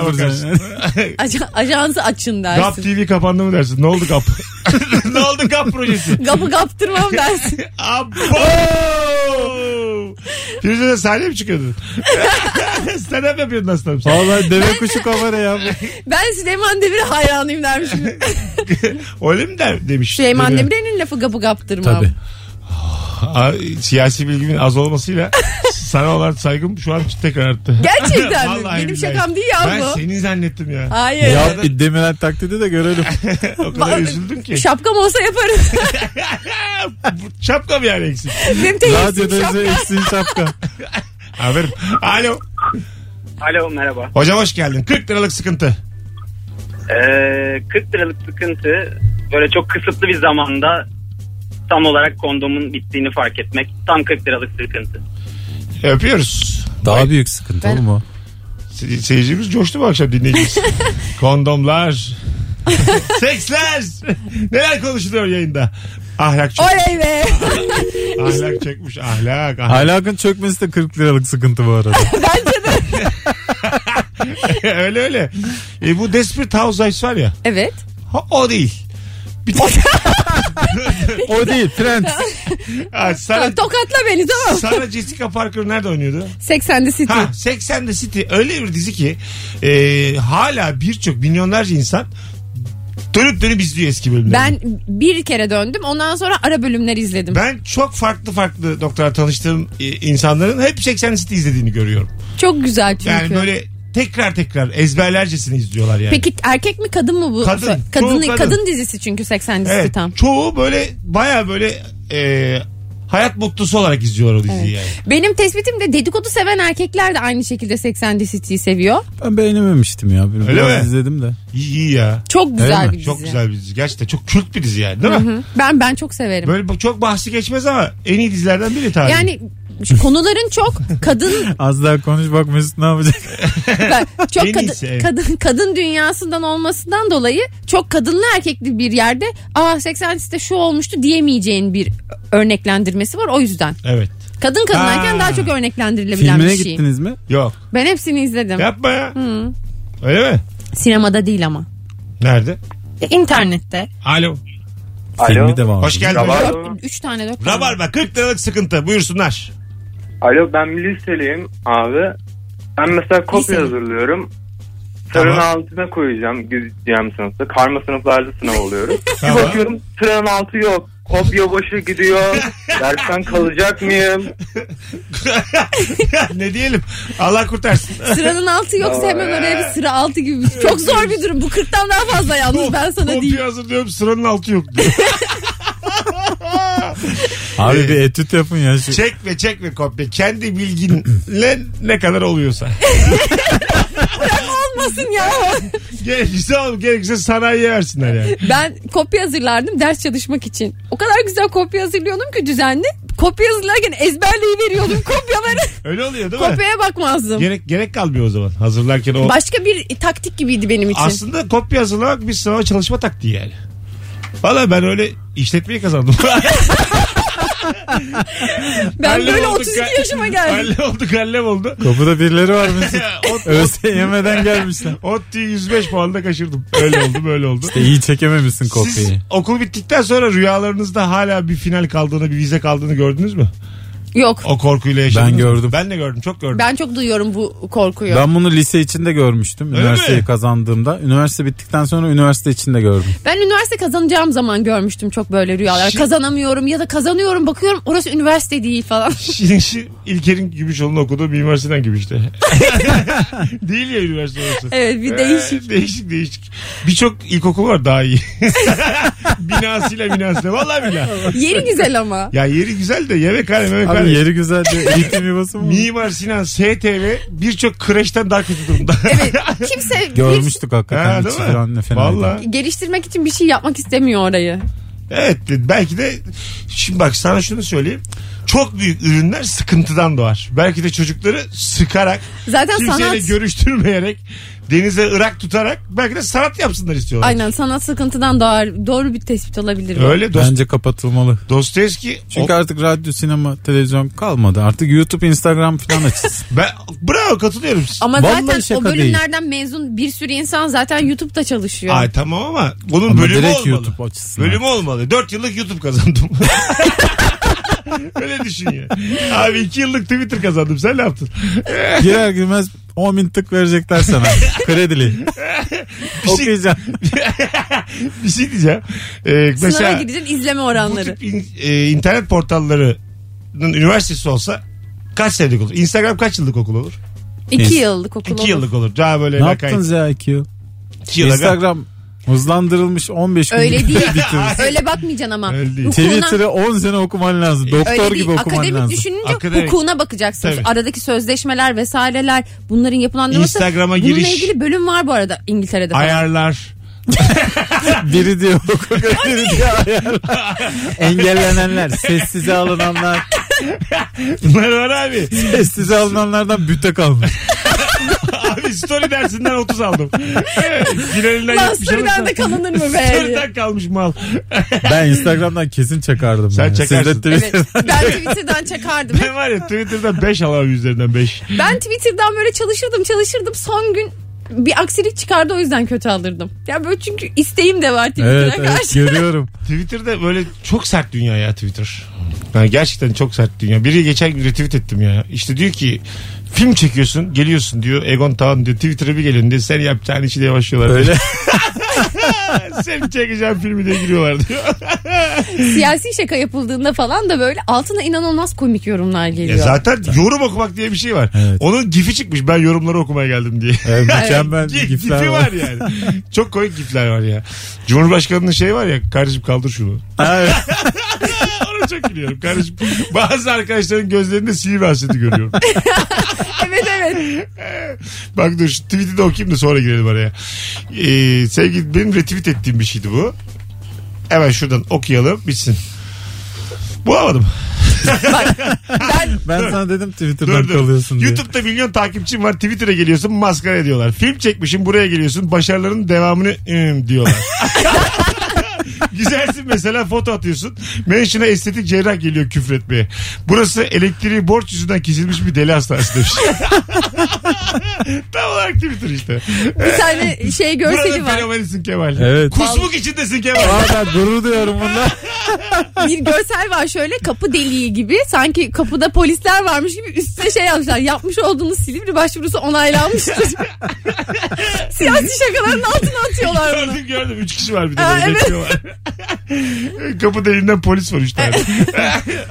Speaker 2: [LAUGHS]
Speaker 3: olacaksın.
Speaker 2: bakarsın.
Speaker 4: Aja- Ajansı açın
Speaker 2: GAP
Speaker 4: dersin.
Speaker 2: TV kapandı mı dersin? Ne
Speaker 4: [LAUGHS]
Speaker 2: oldu GAP? ne oldu GAP projesi?
Speaker 4: Gapı kaptırmam dersin.
Speaker 2: Abo! Firuze de sahneye mi çıkıyordun? [LAUGHS] Sen hep yapıyordun aslanım. sen.
Speaker 3: Vallahi deve kuşu
Speaker 2: [LAUGHS]
Speaker 3: kamera ya.
Speaker 4: Ben Süleyman Demir'e hayranıyım dermişim.
Speaker 2: Öyle mi der, demiş.
Speaker 4: Süleyman
Speaker 2: Demiyor.
Speaker 4: Demirel'in lafı gapı kaptırmam.
Speaker 3: Tabii.
Speaker 2: Aa, Siyasi bilgimin az olmasıyla sana olan saygım şu an tekrar arttı.
Speaker 4: Gerçekten
Speaker 2: [LAUGHS]
Speaker 4: mi?
Speaker 2: Vallahi
Speaker 4: Benim
Speaker 2: billahi.
Speaker 4: şakam değil ya
Speaker 2: ben
Speaker 4: bu. Ah,
Speaker 2: senin zannettim ya.
Speaker 4: Hayır.
Speaker 3: Ya Demirel taklidi de görelim.
Speaker 2: [LAUGHS] o kadar üzüldüm ki.
Speaker 4: Şapkam olsa yaparım.
Speaker 2: [LAUGHS]
Speaker 4: [LAUGHS]
Speaker 2: Bu Şapkam yani eksik.
Speaker 4: Benim tehlikeli
Speaker 3: Radyoda
Speaker 4: şapkam.
Speaker 3: bize eksiğin şapka.
Speaker 2: Aferin. Alo.
Speaker 9: Alo merhaba.
Speaker 2: Hocam hoş geldin. 40 liralık sıkıntı.
Speaker 9: Ee, 40 liralık sıkıntı böyle çok kısıtlı bir zamanda tam olarak kondomun bittiğini fark etmek. Tam 40 liralık sıkıntı.
Speaker 2: Öpüyoruz.
Speaker 3: [LAUGHS] Daha büyük sıkıntı
Speaker 4: Ben-
Speaker 3: oğlum o.
Speaker 2: Se- Seyircimiz coştu bu akşam
Speaker 4: [LAUGHS]
Speaker 2: dinleyicimiz. Kondomlar. [LAUGHS] Seksler. Neler konuşuluyor yayında? Ahlak çökmüş.
Speaker 4: Oley be.
Speaker 2: [LAUGHS] Ahlak çökmüş. Ahlak. Ah, ahlak.
Speaker 3: Ahlakın çökmesi de 40 liralık sıkıntı bu
Speaker 2: [LAUGHS]
Speaker 3: arada.
Speaker 2: öyle öyle. E, bu Desperate Housewives var ya.
Speaker 4: Evet.
Speaker 2: Ha, o değil.
Speaker 3: o değil Friends.
Speaker 2: Ha, sana,
Speaker 4: Tokatla beni tamam.
Speaker 2: sana Jessica Parker nerede oynuyordu?
Speaker 4: 80'de City.
Speaker 2: Ha 80'de City öyle bir dizi ki e, hala birçok milyonlarca insan dönüp dönüp izliyor eski bölümleri.
Speaker 4: Ben bir kere döndüm. Ondan sonra ara bölümler izledim.
Speaker 2: Ben çok farklı farklı doktora tanıştığım e, insanların hep 80 City izlediğini görüyorum.
Speaker 4: Çok güzel çünkü.
Speaker 2: Yani böyle tekrar tekrar ezberlercesini izliyorlar yani.
Speaker 4: Peki erkek mi kadın mı bu?
Speaker 2: Kadın.
Speaker 4: Kadın.
Speaker 2: Çoğu
Speaker 4: Kadın,
Speaker 2: kadın.
Speaker 4: dizisi çünkü 80 dizisi
Speaker 2: evet,
Speaker 4: tam.
Speaker 2: Çoğu böyle baya böyle e, hayat mutlusu olarak izliyorlar o diziyi yani.
Speaker 4: Benim tespitim de dedikodu seven erkekler de aynı şekilde 80 City'yi seviyor.
Speaker 3: Ben beğenememiştim ya. Biraz
Speaker 2: Öyle mi?
Speaker 3: izledim de.
Speaker 2: İyi, iyi ya.
Speaker 4: Çok güzel
Speaker 3: Öyle mi?
Speaker 4: bir dizi.
Speaker 2: Çok güzel bir dizi. Gerçekten çok kült bir dizi yani değil mi?
Speaker 4: Hı. Ben ben çok severim.
Speaker 2: Böyle bu- çok bahsi geçmez ama en iyi dizilerden biri tabii.
Speaker 4: Yani şu konuların çok
Speaker 2: [LAUGHS]
Speaker 4: kadın
Speaker 3: Az daha konuş bak Mesut ne yapacak?
Speaker 4: ben-
Speaker 2: En
Speaker 4: çok
Speaker 2: iyisi,
Speaker 4: kadın,
Speaker 2: evet.
Speaker 4: kadın kadın dünyasından olmasından dolayı çok kadınlı erkekli bir yerde aa 80 City'de şu olmuştu diyemeyeceğin bir örneklendirmesi var o yüzden.
Speaker 2: Evet.
Speaker 4: Kadın kadınlarken
Speaker 2: Aa.
Speaker 4: daha çok örneklendirilebilen
Speaker 3: Filmine
Speaker 4: bir şey.
Speaker 3: gittiniz mi?
Speaker 2: Yok.
Speaker 4: Ben hepsini izledim. Hmm.
Speaker 2: Yapma ya. Öyle mi?
Speaker 4: Sinemada değil ama.
Speaker 2: Nerede?
Speaker 4: İnternette.
Speaker 2: Alo.
Speaker 3: Filmi de var.
Speaker 2: Hoş geldin.
Speaker 6: Rabar-
Speaker 2: hocam.
Speaker 6: Alo.
Speaker 4: 3 tane 4 tane.
Speaker 2: Rabarba 40 liralık sıkıntı. Buyursunlar. [LAUGHS]
Speaker 6: Alo ben liseliyim abi. Ben mesela kopya
Speaker 4: Liseli.
Speaker 6: hazırlıyorum. Tırın
Speaker 2: Tamam.
Speaker 6: altına koyacağım gideceğim sınıfta. Karma sınıflarda sınav oluyorum.
Speaker 2: [LAUGHS] Tamam.
Speaker 6: Bir bakıyorum tırın altı yok. Kopya boşu
Speaker 2: [LAUGHS]
Speaker 6: gidiyor. Dersten kalacak mıyım?
Speaker 2: ne diyelim? Allah kurtarsın.
Speaker 4: Sıranın altı yoksa hemen oraya bir sıra altı gibi. bir- şey. Çok zor bir durum. Bu 40'tan daha fazla yalnız ben sana
Speaker 2: Komple
Speaker 4: değil.
Speaker 2: hazırlıyorum sıranın altı yok diyor.
Speaker 3: Abi
Speaker 2: Ee,
Speaker 3: bir etüt yapın ya.
Speaker 2: [LAUGHS]
Speaker 3: Şu...
Speaker 2: çekme çekme kopya. Kendi bilginle ne kadar oluyorsa.
Speaker 4: Olmasın ya.
Speaker 2: Gerekirse oğlum gerekirse sanayiye versinler yani.
Speaker 4: Ben kopya hazırlardım ders çalışmak için. O kadar güzel kopya hazırlıyordum ki düzenli. Kopya hazırlarken ezberleyi veriyordum [LAUGHS] kopyaları.
Speaker 2: Öyle oluyor değil mi?
Speaker 4: Kopyaya bakmazdım.
Speaker 2: Gerek, gerek kalmıyor o zaman. Hazırlarken o...
Speaker 4: Başka bir taktik gibiydi benim için.
Speaker 2: Aslında kopya hazırlamak bir sınava çalışma taktiği yani. Valla ben öyle işletmeyi kazandım.
Speaker 4: [LAUGHS] ben böyle
Speaker 2: Hallem olduk
Speaker 4: 32
Speaker 2: ya.
Speaker 4: yaşıma geldim.
Speaker 2: hallem olduk hallem oldu.
Speaker 3: Kapıda birileri var
Speaker 2: [LAUGHS]
Speaker 3: Mesut.
Speaker 2: Ot-
Speaker 3: Öse yemeden gelmişler.
Speaker 2: Otti 105 puanda kaçırdım. Öyle oldu böyle oldu.
Speaker 3: İşte [LAUGHS] iyi çekememişsin
Speaker 2: Siz
Speaker 3: kopyayı.
Speaker 2: okul bittikten sonra rüyalarınızda hala bir final kaldığını, bir vize kaldığını gördünüz mü?
Speaker 4: Yok.
Speaker 2: O korkuyla yaşadınız
Speaker 3: Ben
Speaker 2: mı?
Speaker 3: gördüm.
Speaker 2: Ben de gördüm, çok gördüm.
Speaker 4: Ben çok duyuyorum bu korkuyu. Ben,
Speaker 3: Ben bunu lise içinde görmüştüm.
Speaker 2: Öyle
Speaker 3: Üniversiteyi
Speaker 2: mi?
Speaker 3: kazandığımda. Üniversite bittikten sonra üniversite içinde gördüm.
Speaker 2: [LAUGHS]
Speaker 4: üniversite kazanacağım zaman görmüştüm çok böyle rüyalar.
Speaker 2: Şi-
Speaker 4: Kazanamıyorum ya da kazanıyorum bakıyorum orası üniversite değil
Speaker 2: [LAUGHS]
Speaker 4: falan.
Speaker 2: Şimdi, şimdi İlker'in Gümüşoğlu'nun okuduğu bir üniversiteden gibi
Speaker 4: [LAUGHS]
Speaker 2: işte. Değil ya üniversite orası.
Speaker 4: [LAUGHS] evet bir değişik.
Speaker 2: Ee, değişik değişik. Birçok ilkokul var daha iyi. [LAUGHS] binasıyla binasıyla. Vallahi billahi.
Speaker 4: Yeri güzel ama. [LAUGHS]
Speaker 2: Ya yeri güzel de yemekhane yemekhane. abi.
Speaker 3: Yeri güzel diye eğitim yuvası mı?
Speaker 2: Mimar Sinan STV birçok kreşten daha kötü durumda. [LAUGHS]
Speaker 4: Evet. Kimse hiç
Speaker 3: Görmüştük hakikaten.
Speaker 2: Ha,
Speaker 3: bir
Speaker 2: değil
Speaker 3: çift anne
Speaker 2: mi?
Speaker 3: fenaydı.
Speaker 2: Valla.
Speaker 4: geliştirmek için bir şey yapmak istemiyor orayı.
Speaker 2: Evet belki de şimdi bak sana şunu söyleyeyim. Çok büyük ürünler sıkıntıdan doğar. Belki de çocukları sıkarak
Speaker 4: Zaten
Speaker 2: kimseyle
Speaker 4: [LAUGHS] sanat
Speaker 2: görüştürmeyerek denize ırak tutarak belki de sanat yapsınlar istiyorlar.
Speaker 4: aynen sanat sıkıntıdan doğar. Doğru bir tespit olabilir. bu.
Speaker 2: Öyle dost,
Speaker 3: Bence kapatılmalı.
Speaker 2: Dostoyevski
Speaker 3: Çünkü artık radyo, sinema, televizyon kalmadı. Artık YouTube, Instagram falan açılsın.
Speaker 2: ben, bravo katılıyorum.
Speaker 4: Ama
Speaker 3: Vallahi
Speaker 4: zaten
Speaker 3: şaka
Speaker 4: o bölümlerden mezun bir sürü insan zaten YouTube'da çalışıyor.
Speaker 2: Ay tamam ama bunun
Speaker 3: Ama
Speaker 2: [LAUGHS] bölümü
Speaker 3: direkt
Speaker 2: olmalı.
Speaker 3: YouTube açsın.
Speaker 2: Bölümü olmalı. 4 yıllık YouTube kazandım. [LAUGHS] Öyle düşün ya. Abi 2 yıllık Twitter kazandım. Sen ne yaptın? [LAUGHS]
Speaker 3: Girer girmez 10 bin tık verecekler sana. Kredili.
Speaker 2: şey-
Speaker 3: Okuyacağım.
Speaker 2: Bir şey diyeceğim. Ee,
Speaker 4: Sınava
Speaker 2: mesela
Speaker 4: gideceksin izleme
Speaker 2: bu
Speaker 4: oranları.
Speaker 2: tip in- e, internet portallarının üniversitesi olsa kaç senelik olur? Instagram kaç yıllık okul olur?
Speaker 4: İki
Speaker 3: Neyse.
Speaker 4: yıllık okul
Speaker 2: 2
Speaker 4: olur.
Speaker 2: yıllık olur. Daha böyle
Speaker 3: Ne
Speaker 2: lakayt.
Speaker 3: yaptınız ya iki yıl?
Speaker 2: İki yıla-
Speaker 3: Instagram hızlandırılmış 15 gün.
Speaker 4: Öyle değil. [LAUGHS]
Speaker 2: Bitirmiş.
Speaker 4: Öyle bakmayacaksın ama.
Speaker 2: Öyle değil.
Speaker 4: Hukukuna-
Speaker 3: Twitter'ı 10 sene okuman lazım.
Speaker 4: Öyle
Speaker 3: Doktor
Speaker 4: değil.
Speaker 3: gibi okuman
Speaker 4: Akademik
Speaker 3: lazım.
Speaker 4: düşününce
Speaker 2: Akademik.
Speaker 4: hukukuna bakacaksınız.
Speaker 2: Tabii.
Speaker 4: Aradaki sözleşmeler vesaireler bunların yapılandırılması.
Speaker 2: Instagram'a
Speaker 4: Bununla
Speaker 2: giriş.
Speaker 4: ilgili bölüm var bu arada İngiltere'de
Speaker 3: [LAUGHS]
Speaker 4: falan.
Speaker 2: Ayarlar.
Speaker 3: Biri diyor hukuk, biri diyor [LAUGHS] ayarlar. Engellenenler, sessize alınanlar. [LAUGHS]
Speaker 2: Bunlar var abi.
Speaker 3: Sessize alınanlardan büte kalmış.
Speaker 2: Abi story dersinden 30 aldım. Evet, Finalinden
Speaker 4: Lan
Speaker 2: 70
Speaker 4: story'den de kalınır mı be?
Speaker 2: Story'den kalmış mal.
Speaker 3: Ben Instagram'dan kesin çakardım.
Speaker 2: Sen
Speaker 3: ya. Siz de
Speaker 2: çakarsın.
Speaker 4: evet.
Speaker 3: Twitter'dan-
Speaker 4: Ben Twitter'dan çakardım.
Speaker 2: Ben var ya Twitter'dan 5 alamam üzerinden 5.
Speaker 4: Ben Twitter'dan böyle çalışırdım çalışırdım son gün bir aksilik çıkardı o yüzden kötü alırdım. Ya böyle çünkü isteğim de var Twitter'a
Speaker 3: [LAUGHS] Evet, evet
Speaker 4: karşı. [LAUGHS]
Speaker 3: görüyorum.
Speaker 2: Twitter'da böyle çok sert dünya ya Twitter. Yani gerçekten çok sert dünya. Biri geçen gün retweet ettim ya. İşte diyor ki film çekiyorsun geliyorsun diyor. Egon Tan diyor Twitter'a bir gelin diyor. Sen yapacağın işi diye başlıyorlar.
Speaker 3: Öyle.
Speaker 2: [LAUGHS] Sen çekeceğim filmi diye giriyorlar diyor.
Speaker 4: Siyasi şaka yapıldığında falan da böyle altına inanılmaz komik yorumlar
Speaker 2: Ya
Speaker 4: geliyor.
Speaker 2: zaten yorum okumak diye bir şey var.
Speaker 3: Evet.
Speaker 2: Onun gifi çıkmış ben yorumları okumaya geldim diye.
Speaker 3: Evet, [LAUGHS] mükemmel
Speaker 2: Gif-
Speaker 3: gifler
Speaker 2: gifi
Speaker 3: var.
Speaker 2: var yani. Çok komik gifler var ya. Cumhurbaşkanının şey var ya kardeşim kaldır
Speaker 3: [LAUGHS]
Speaker 2: şunu.
Speaker 3: Evet.
Speaker 2: Ona çok gülüyorum kardeşim. Bazı arkadaşların gözlerinde sinir ve hasreti görüyorum.
Speaker 4: evet evet.
Speaker 2: Bak dur şu tweet'i de okuyayım da sonra girelim araya. Ee, sevgili benim retweet ettiğim bir şeydi bu. Hemen şuradan okuyalım bitsin. Bulamadım.
Speaker 4: Ben
Speaker 3: Ben sana dedim Twitter'dan
Speaker 2: Dur dur.
Speaker 3: kalıyorsun diye.
Speaker 2: YouTube'da milyon takipçim var. Twitter'a geliyorsun maskara ediyorlar. Film çekmişim buraya geliyorsun. Başarılarının devamını ım, diyorlar. [LAUGHS] Güzelsin mesela foto atıyorsun. Mention'a estetik cerrah geliyor küfretmeye. Burası elektriği borç yüzünden kesilmiş bir deli hastanesi demiş. [LAUGHS] Tam olarak Twitter işte.
Speaker 4: bir tane şey
Speaker 2: Burada
Speaker 4: görseli var.
Speaker 2: fenomenisin Kemal.
Speaker 3: Evet.
Speaker 2: Kusmuk içindesin Kemal.
Speaker 3: Aa, ben gurur duyuyorum bundan.
Speaker 4: bir görsel var şöyle kapı deliği gibi sanki kapıda polisler varmış gibi üstüne şey yazmışlar yapmış olduğunuz Silivri
Speaker 3: [LAUGHS]
Speaker 4: başvurusu onaylanmıştır. Siyasi şakaların altına atıyorlar
Speaker 3: [LAUGHS]
Speaker 4: bunu.
Speaker 2: Gördüm gördüm. Üç kişi var bir de.
Speaker 4: Aa,
Speaker 2: böyle
Speaker 4: evet.
Speaker 2: [LAUGHS] bekliyorlar. Kapı deliğinden polis var üç tane.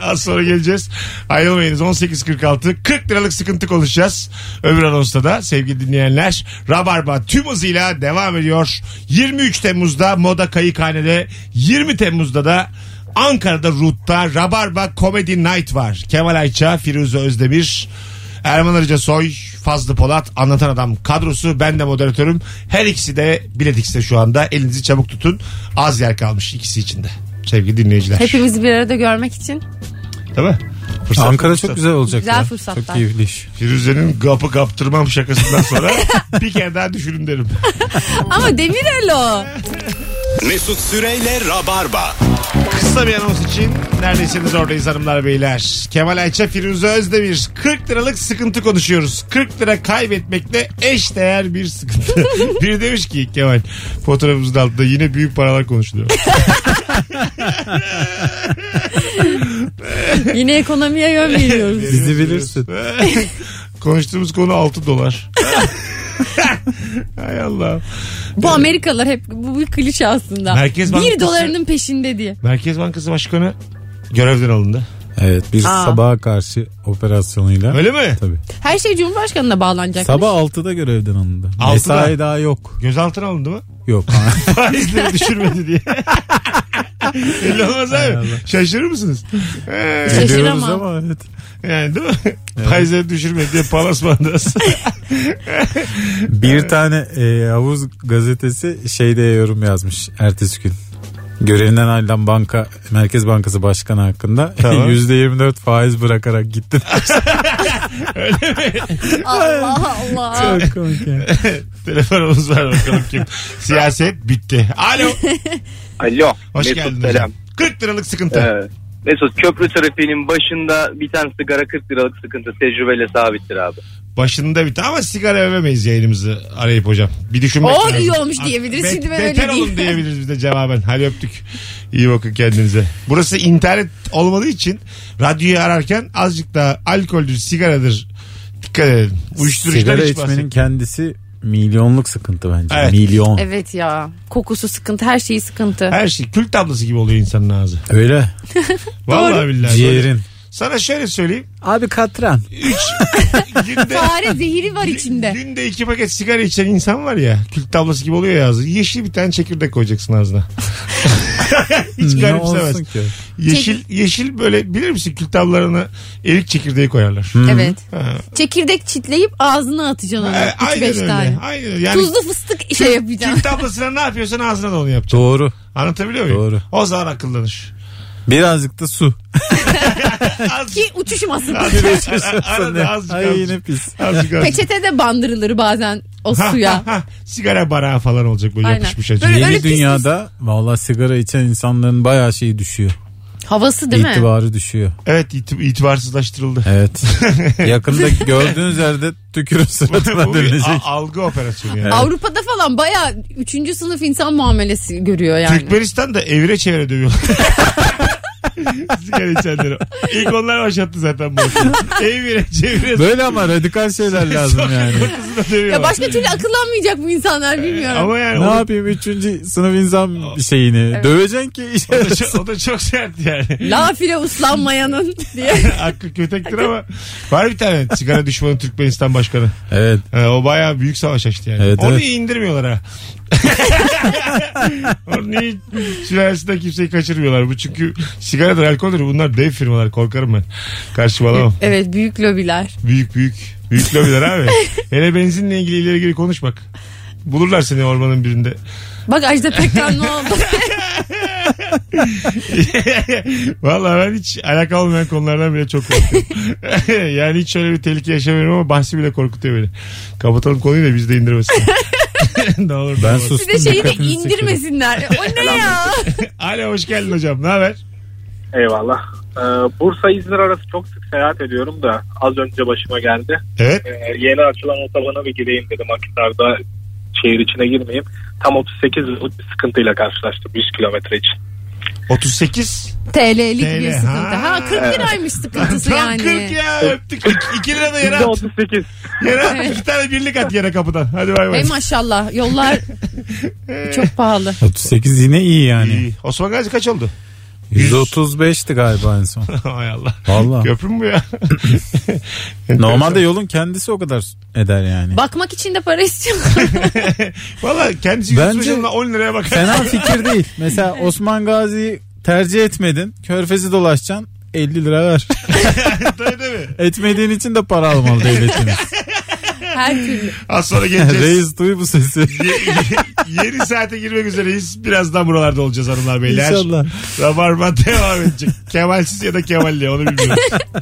Speaker 2: Az sonra geleceğiz. Ayrılmayınız. 18.46. 40 liralık sıkıntı konuşacağız. Öbür anonsta da sevgili dinleyenler. Rabarba tüm hızıyla devam ediyor. 23 Temmuz'da Moda Kayıkhane'de 20 Temmuz'da da Ankara'da Rut'ta Rabarba Comedy Night var. Kemal Ayça, Firuze Özdemir, Erman Arıca Soy, Fazlı Polat, Anlatan Adam kadrosu. Ben de moderatörüm. Her ikisi de Biletix'te şu anda. Elinizi çabuk tutun. Az yer kalmış ikisi içinde. Sevgili dinleyiciler.
Speaker 4: Hepimizi bir arada görmek için
Speaker 2: Değil mi? Fırsat
Speaker 3: Ankara
Speaker 2: fırsat.
Speaker 3: çok güzel olacak
Speaker 4: Güzel
Speaker 3: ya.
Speaker 4: fırsatlar.
Speaker 3: Çok keyifli iş.
Speaker 2: Firuze'nin kapı kaptırmam şakasından
Speaker 3: [LAUGHS]
Speaker 2: sonra bir kere daha düşünün derim.
Speaker 4: ama Demirel o.
Speaker 1: Mesut Süreyle Rabarba.
Speaker 2: Kısa bir anons için neredesiniz oradayız hanımlar beyler. Kemal Ayça Firuze Özdemir 40 liralık sıkıntı konuşuyoruz. 40 lira kaybetmekle eş değer bir sıkıntı.
Speaker 3: [LAUGHS]
Speaker 2: Biri demiş ki Kemal fotoğrafımızın altında yine büyük paralar konuşuluyor.
Speaker 4: Yine
Speaker 2: [LAUGHS]
Speaker 4: ekonomiye yön veriyoruz.
Speaker 3: Bizi bilirsin.
Speaker 2: Konuştuğumuz konu 6 dolar. [LAUGHS] Hay Allah.
Speaker 4: Bu Amerikalılar hep bu bir klişe aslında.
Speaker 2: Merkez Bankası-
Speaker 4: bir dolarının peşinde diye.
Speaker 2: Merkez Bankası Başkanı görevden alındı.
Speaker 3: Evet bir
Speaker 4: Aa.
Speaker 3: sabaha karşı operasyonuyla.
Speaker 2: Öyle mi?
Speaker 3: Tabii.
Speaker 4: Her şey Cumhurbaşkanı'na bağlanacak.
Speaker 3: Sabah 6'da görevden alındı.
Speaker 2: Altıda.
Speaker 3: Mesai daha yok.
Speaker 2: Gözaltına alındı mı? [LAUGHS]
Speaker 3: Yok.
Speaker 2: Faizleri düşürmedi diye. Belli olmaz abi. Şaşırır mısınız? Ee,
Speaker 3: Ediyoruz
Speaker 4: Şaşıramam.
Speaker 3: ama evet.
Speaker 2: yani değil mi? Faizleri düşürmedi diye palas bandas.
Speaker 3: Bir tane e, havuz gazetesi şeyde yorum yazmış ertesi gün. Görevinden ayrılan banka Merkez Bankası Başkanı hakkında [LAUGHS]
Speaker 2: Tamam.
Speaker 3: %24 faiz bırakarak gitti.
Speaker 4: [LAUGHS]
Speaker 2: [LAUGHS]
Speaker 4: Allah Allah.
Speaker 3: Çok komik yani.
Speaker 2: Telefonumuz var bakalım kim. Siyaset bitti. Alo.
Speaker 6: Alo.
Speaker 2: Hoş
Speaker 6: Mesut
Speaker 2: geldin.
Speaker 6: selam.
Speaker 2: Selam. 40 liralık sıkıntı.
Speaker 6: Ee, Mesut köprü trafiğinin başında biten sigara 40 liralık sıkıntı tecrübeyle sabittir abi.
Speaker 2: Başında bitti ama sigara övemeyiz yayınımızı arayıp hocam. Bir düşünmek
Speaker 4: O
Speaker 2: lazım.
Speaker 4: iyi olmuş diyebiliriz.
Speaker 2: Be-
Speaker 4: Şimdi ben
Speaker 2: beter
Speaker 4: öyle
Speaker 2: olun
Speaker 4: diyeyim.
Speaker 2: diyebiliriz biz de cevaben. Hadi öptük. İyi bakın kendinize. Burası internet olmadığı için radyoyu ararken azıcık daha alkoldür, sigaradır. Dikkat edin. [LAUGHS] Uyuşturucudan
Speaker 3: Sigara
Speaker 2: hiç
Speaker 3: içmenin
Speaker 2: bahsetmiyorum.
Speaker 3: kendisi milyonluk sıkıntı bence.
Speaker 2: Evet.
Speaker 3: Milyon.
Speaker 4: Evet ya. Kokusu sıkıntı, her şeyi sıkıntı.
Speaker 2: Her şey kül tablası gibi oluyor insanın ağzı.
Speaker 3: Öyle.
Speaker 2: Vallahi billahi.
Speaker 3: Ciğerin.
Speaker 2: Sana şöyle söyleyeyim.
Speaker 3: Abi katran.
Speaker 2: Günde
Speaker 4: [LAUGHS] Fare zehri
Speaker 2: [LAUGHS]
Speaker 4: var içinde.
Speaker 2: Günde iki paket sigara içen insan var ya. Kül tablası gibi oluyor ya ağzı. Yeşil bir tane çekirdek koyacaksın ağzına. [LAUGHS] Hiç
Speaker 3: ne olsun
Speaker 2: garipsemez.
Speaker 3: ki?
Speaker 2: Yeşil, yeşil böyle bilir misin kül tablarına erik çekirdeği koyarlar.
Speaker 4: Evet.
Speaker 2: Ha.
Speaker 4: Çekirdek çitleyip ağzına atacaksın onu.
Speaker 2: Ee,
Speaker 4: 3-5
Speaker 2: aynen öyle.
Speaker 4: tane.
Speaker 2: Aynen öyle. Yani
Speaker 4: Tuzlu fıstık şey
Speaker 2: Kül
Speaker 4: yapacaksın.
Speaker 2: tablasına ne yapıyorsan ağzına da onu yapacaksın.
Speaker 3: Doğru.
Speaker 2: Anlatabiliyor muyum?
Speaker 3: Doğru.
Speaker 2: O zaman akıllanır.
Speaker 3: Birazcık da su.
Speaker 2: Az,
Speaker 4: Ki uçuşmasın. [LAUGHS]
Speaker 2: arada azıcık
Speaker 3: Ay
Speaker 2: azıcık.
Speaker 3: yine pis.
Speaker 2: azıcık azıcık.
Speaker 4: Peçete de bandırılır bazen
Speaker 2: [LAUGHS]
Speaker 4: o
Speaker 2: Ha,
Speaker 4: suya.
Speaker 2: ha, ha. Sigara barağı falan olacak böyle
Speaker 4: Aynen.
Speaker 2: yapışmış acı.
Speaker 4: Böyle-
Speaker 3: Yeni
Speaker 4: öyle pis pis.
Speaker 3: dünyada valla sigara içen insanların bayağı şeyi düşüyor.
Speaker 4: Havası değil mi?
Speaker 3: İtibarı düşüyor.
Speaker 2: Evet iti- itibarsızlaştırıldı.
Speaker 4: [LAUGHS]
Speaker 3: Evet. Yakında gördüğünüz yerde
Speaker 2: [LAUGHS]
Speaker 3: tükürün
Speaker 2: Bu
Speaker 4: [LAUGHS]
Speaker 3: suratına
Speaker 2: bir
Speaker 3: dönecek.
Speaker 2: a- algı operasyonu yani.
Speaker 4: Avrupa'da falan baya 3. sınıf insan muamelesi görüyor yani.
Speaker 2: Türkmenistan'da evire çevire
Speaker 4: [LAUGHS]
Speaker 2: dövüyorlar. Sigara içenleri. İlk onlar başlattı zaten bu.
Speaker 4: [LAUGHS]
Speaker 2: işi. evire çevire
Speaker 3: Böyle ama radikal şeyler
Speaker 2: [LAUGHS]
Speaker 3: lazım yani.
Speaker 2: sokaklarına dövüyorlar.
Speaker 4: Ya başka türlü akıllanmayacak bu insanlar bilmiyorum.
Speaker 2: Ama yani
Speaker 3: ne
Speaker 2: o,
Speaker 3: yapayım 3. sınıf insan şeyini. Döveceksin ki işe
Speaker 2: o da
Speaker 3: yarasın.
Speaker 2: çok, o da çok sert
Speaker 3: [LAUGHS]
Speaker 2: yani.
Speaker 4: Lafile uslanmayanın diye.
Speaker 2: Hakkı kötektir ama var bir tane sigara düşmanı Türkmenistan başkanı.
Speaker 3: Evet.
Speaker 2: Ee, o bayağı büyük savaş açtı yani.
Speaker 3: Evet,
Speaker 2: Onu
Speaker 3: evet.
Speaker 2: iyi indirmiyorlar ha. [LAUGHS] Onu iyi sülalesinde kimseyi kaçırmıyorlar. Bu çünkü sigaradır, alkoldür. Bunlar dev firmalar. Korkarım ben. Karşıma alamam.
Speaker 4: [LAUGHS] Evet büyük lobiler.
Speaker 2: Büyük büyük. Büyük lobiler
Speaker 4: [LAUGHS]
Speaker 2: abi. Hele benzinle ilgili ileri geri konuş bak. Bulurlar seni ormanın birinde.
Speaker 4: Bak Ajda Pekkan
Speaker 2: [LAUGHS]
Speaker 4: ne oldu?
Speaker 2: [LAUGHS] Vallahi ben hiç alakalı olmayan konulardan bile çok korkuyorum. [LAUGHS] yani hiç şöyle bir tehlike yaşamıyorum ama bahsi bile korkutuyor beni. Kapatalım konuyu da biz de indirmesin.
Speaker 4: [LAUGHS]
Speaker 2: ne olur. ne
Speaker 3: Ben
Speaker 2: olmaz.
Speaker 4: Bir
Speaker 3: sustum.
Speaker 4: de şeyi de
Speaker 3: dikkatinizi çekiyorum.
Speaker 4: indirmesinler. O ne ya?
Speaker 2: [LAUGHS] Alo hoş geldin hocam. Ne haber?
Speaker 6: Eyvallah. Bursa İzmir arası çok sık seyahat ediyorum da az önce başıma geldi.
Speaker 2: Evet.
Speaker 6: Ee, yeni açılan otobana bir gireyim dedim Akhisar'da şehir içine girmeyeyim. Tam 38 yıllık bir sıkıntıyla karşılaştım 100 kilometre için.
Speaker 2: 38.
Speaker 4: TL'lik bir
Speaker 2: TL,
Speaker 4: sıkıntı.
Speaker 2: ha.
Speaker 4: Ha 40 liraymış
Speaker 2: [LAUGHS]
Speaker 4: sıkıntısı
Speaker 2: Tam
Speaker 4: yani.
Speaker 2: 40 ya öptük. 2 lira da yere
Speaker 6: Bizde
Speaker 2: at.
Speaker 6: 38.
Speaker 2: Yere at.
Speaker 4: Evet.
Speaker 2: İki tane birlik at yere kapıdan. Hadi bay
Speaker 4: Ey
Speaker 2: bay. [LAUGHS]
Speaker 4: maşallah yollar çok pahalı.
Speaker 3: 38 yine iyi yani.
Speaker 2: İyi. Osman Gazi kaç oldu? [LAUGHS]
Speaker 3: 135'ti galiba en son.
Speaker 2: Hay Allah.
Speaker 3: Valla.
Speaker 2: Köprü mü bu ya?
Speaker 3: Ah.
Speaker 2: [LAUGHS]
Speaker 3: Normalde yolun kendisi o kadar eder yani.
Speaker 4: Bakmak için de para
Speaker 2: [LAUGHS]
Speaker 4: istiyorlar.
Speaker 2: Valla kendisi
Speaker 3: Bence-
Speaker 2: Bence... 10 liraya bakar.
Speaker 3: Fena fikir değil. Mesela Osman Gazi'yi tercih etmedin. Körfezi dolaşacaksın. 50 lira ver.
Speaker 2: Tabii tabii.
Speaker 3: Etmediğin için de para almalı devletimiz.
Speaker 4: Her türlü.
Speaker 2: Az sonra geleceğiz.
Speaker 3: [LAUGHS] Reis duy bu sesi.
Speaker 2: Yeni saate girmek üzereyiz. Birazdan buralarda olacağız hanımlar beyler.
Speaker 3: İnşallah.
Speaker 2: Rabarba devam edecek. Kemalsiz ya da Kemalli onu bilmiyorum.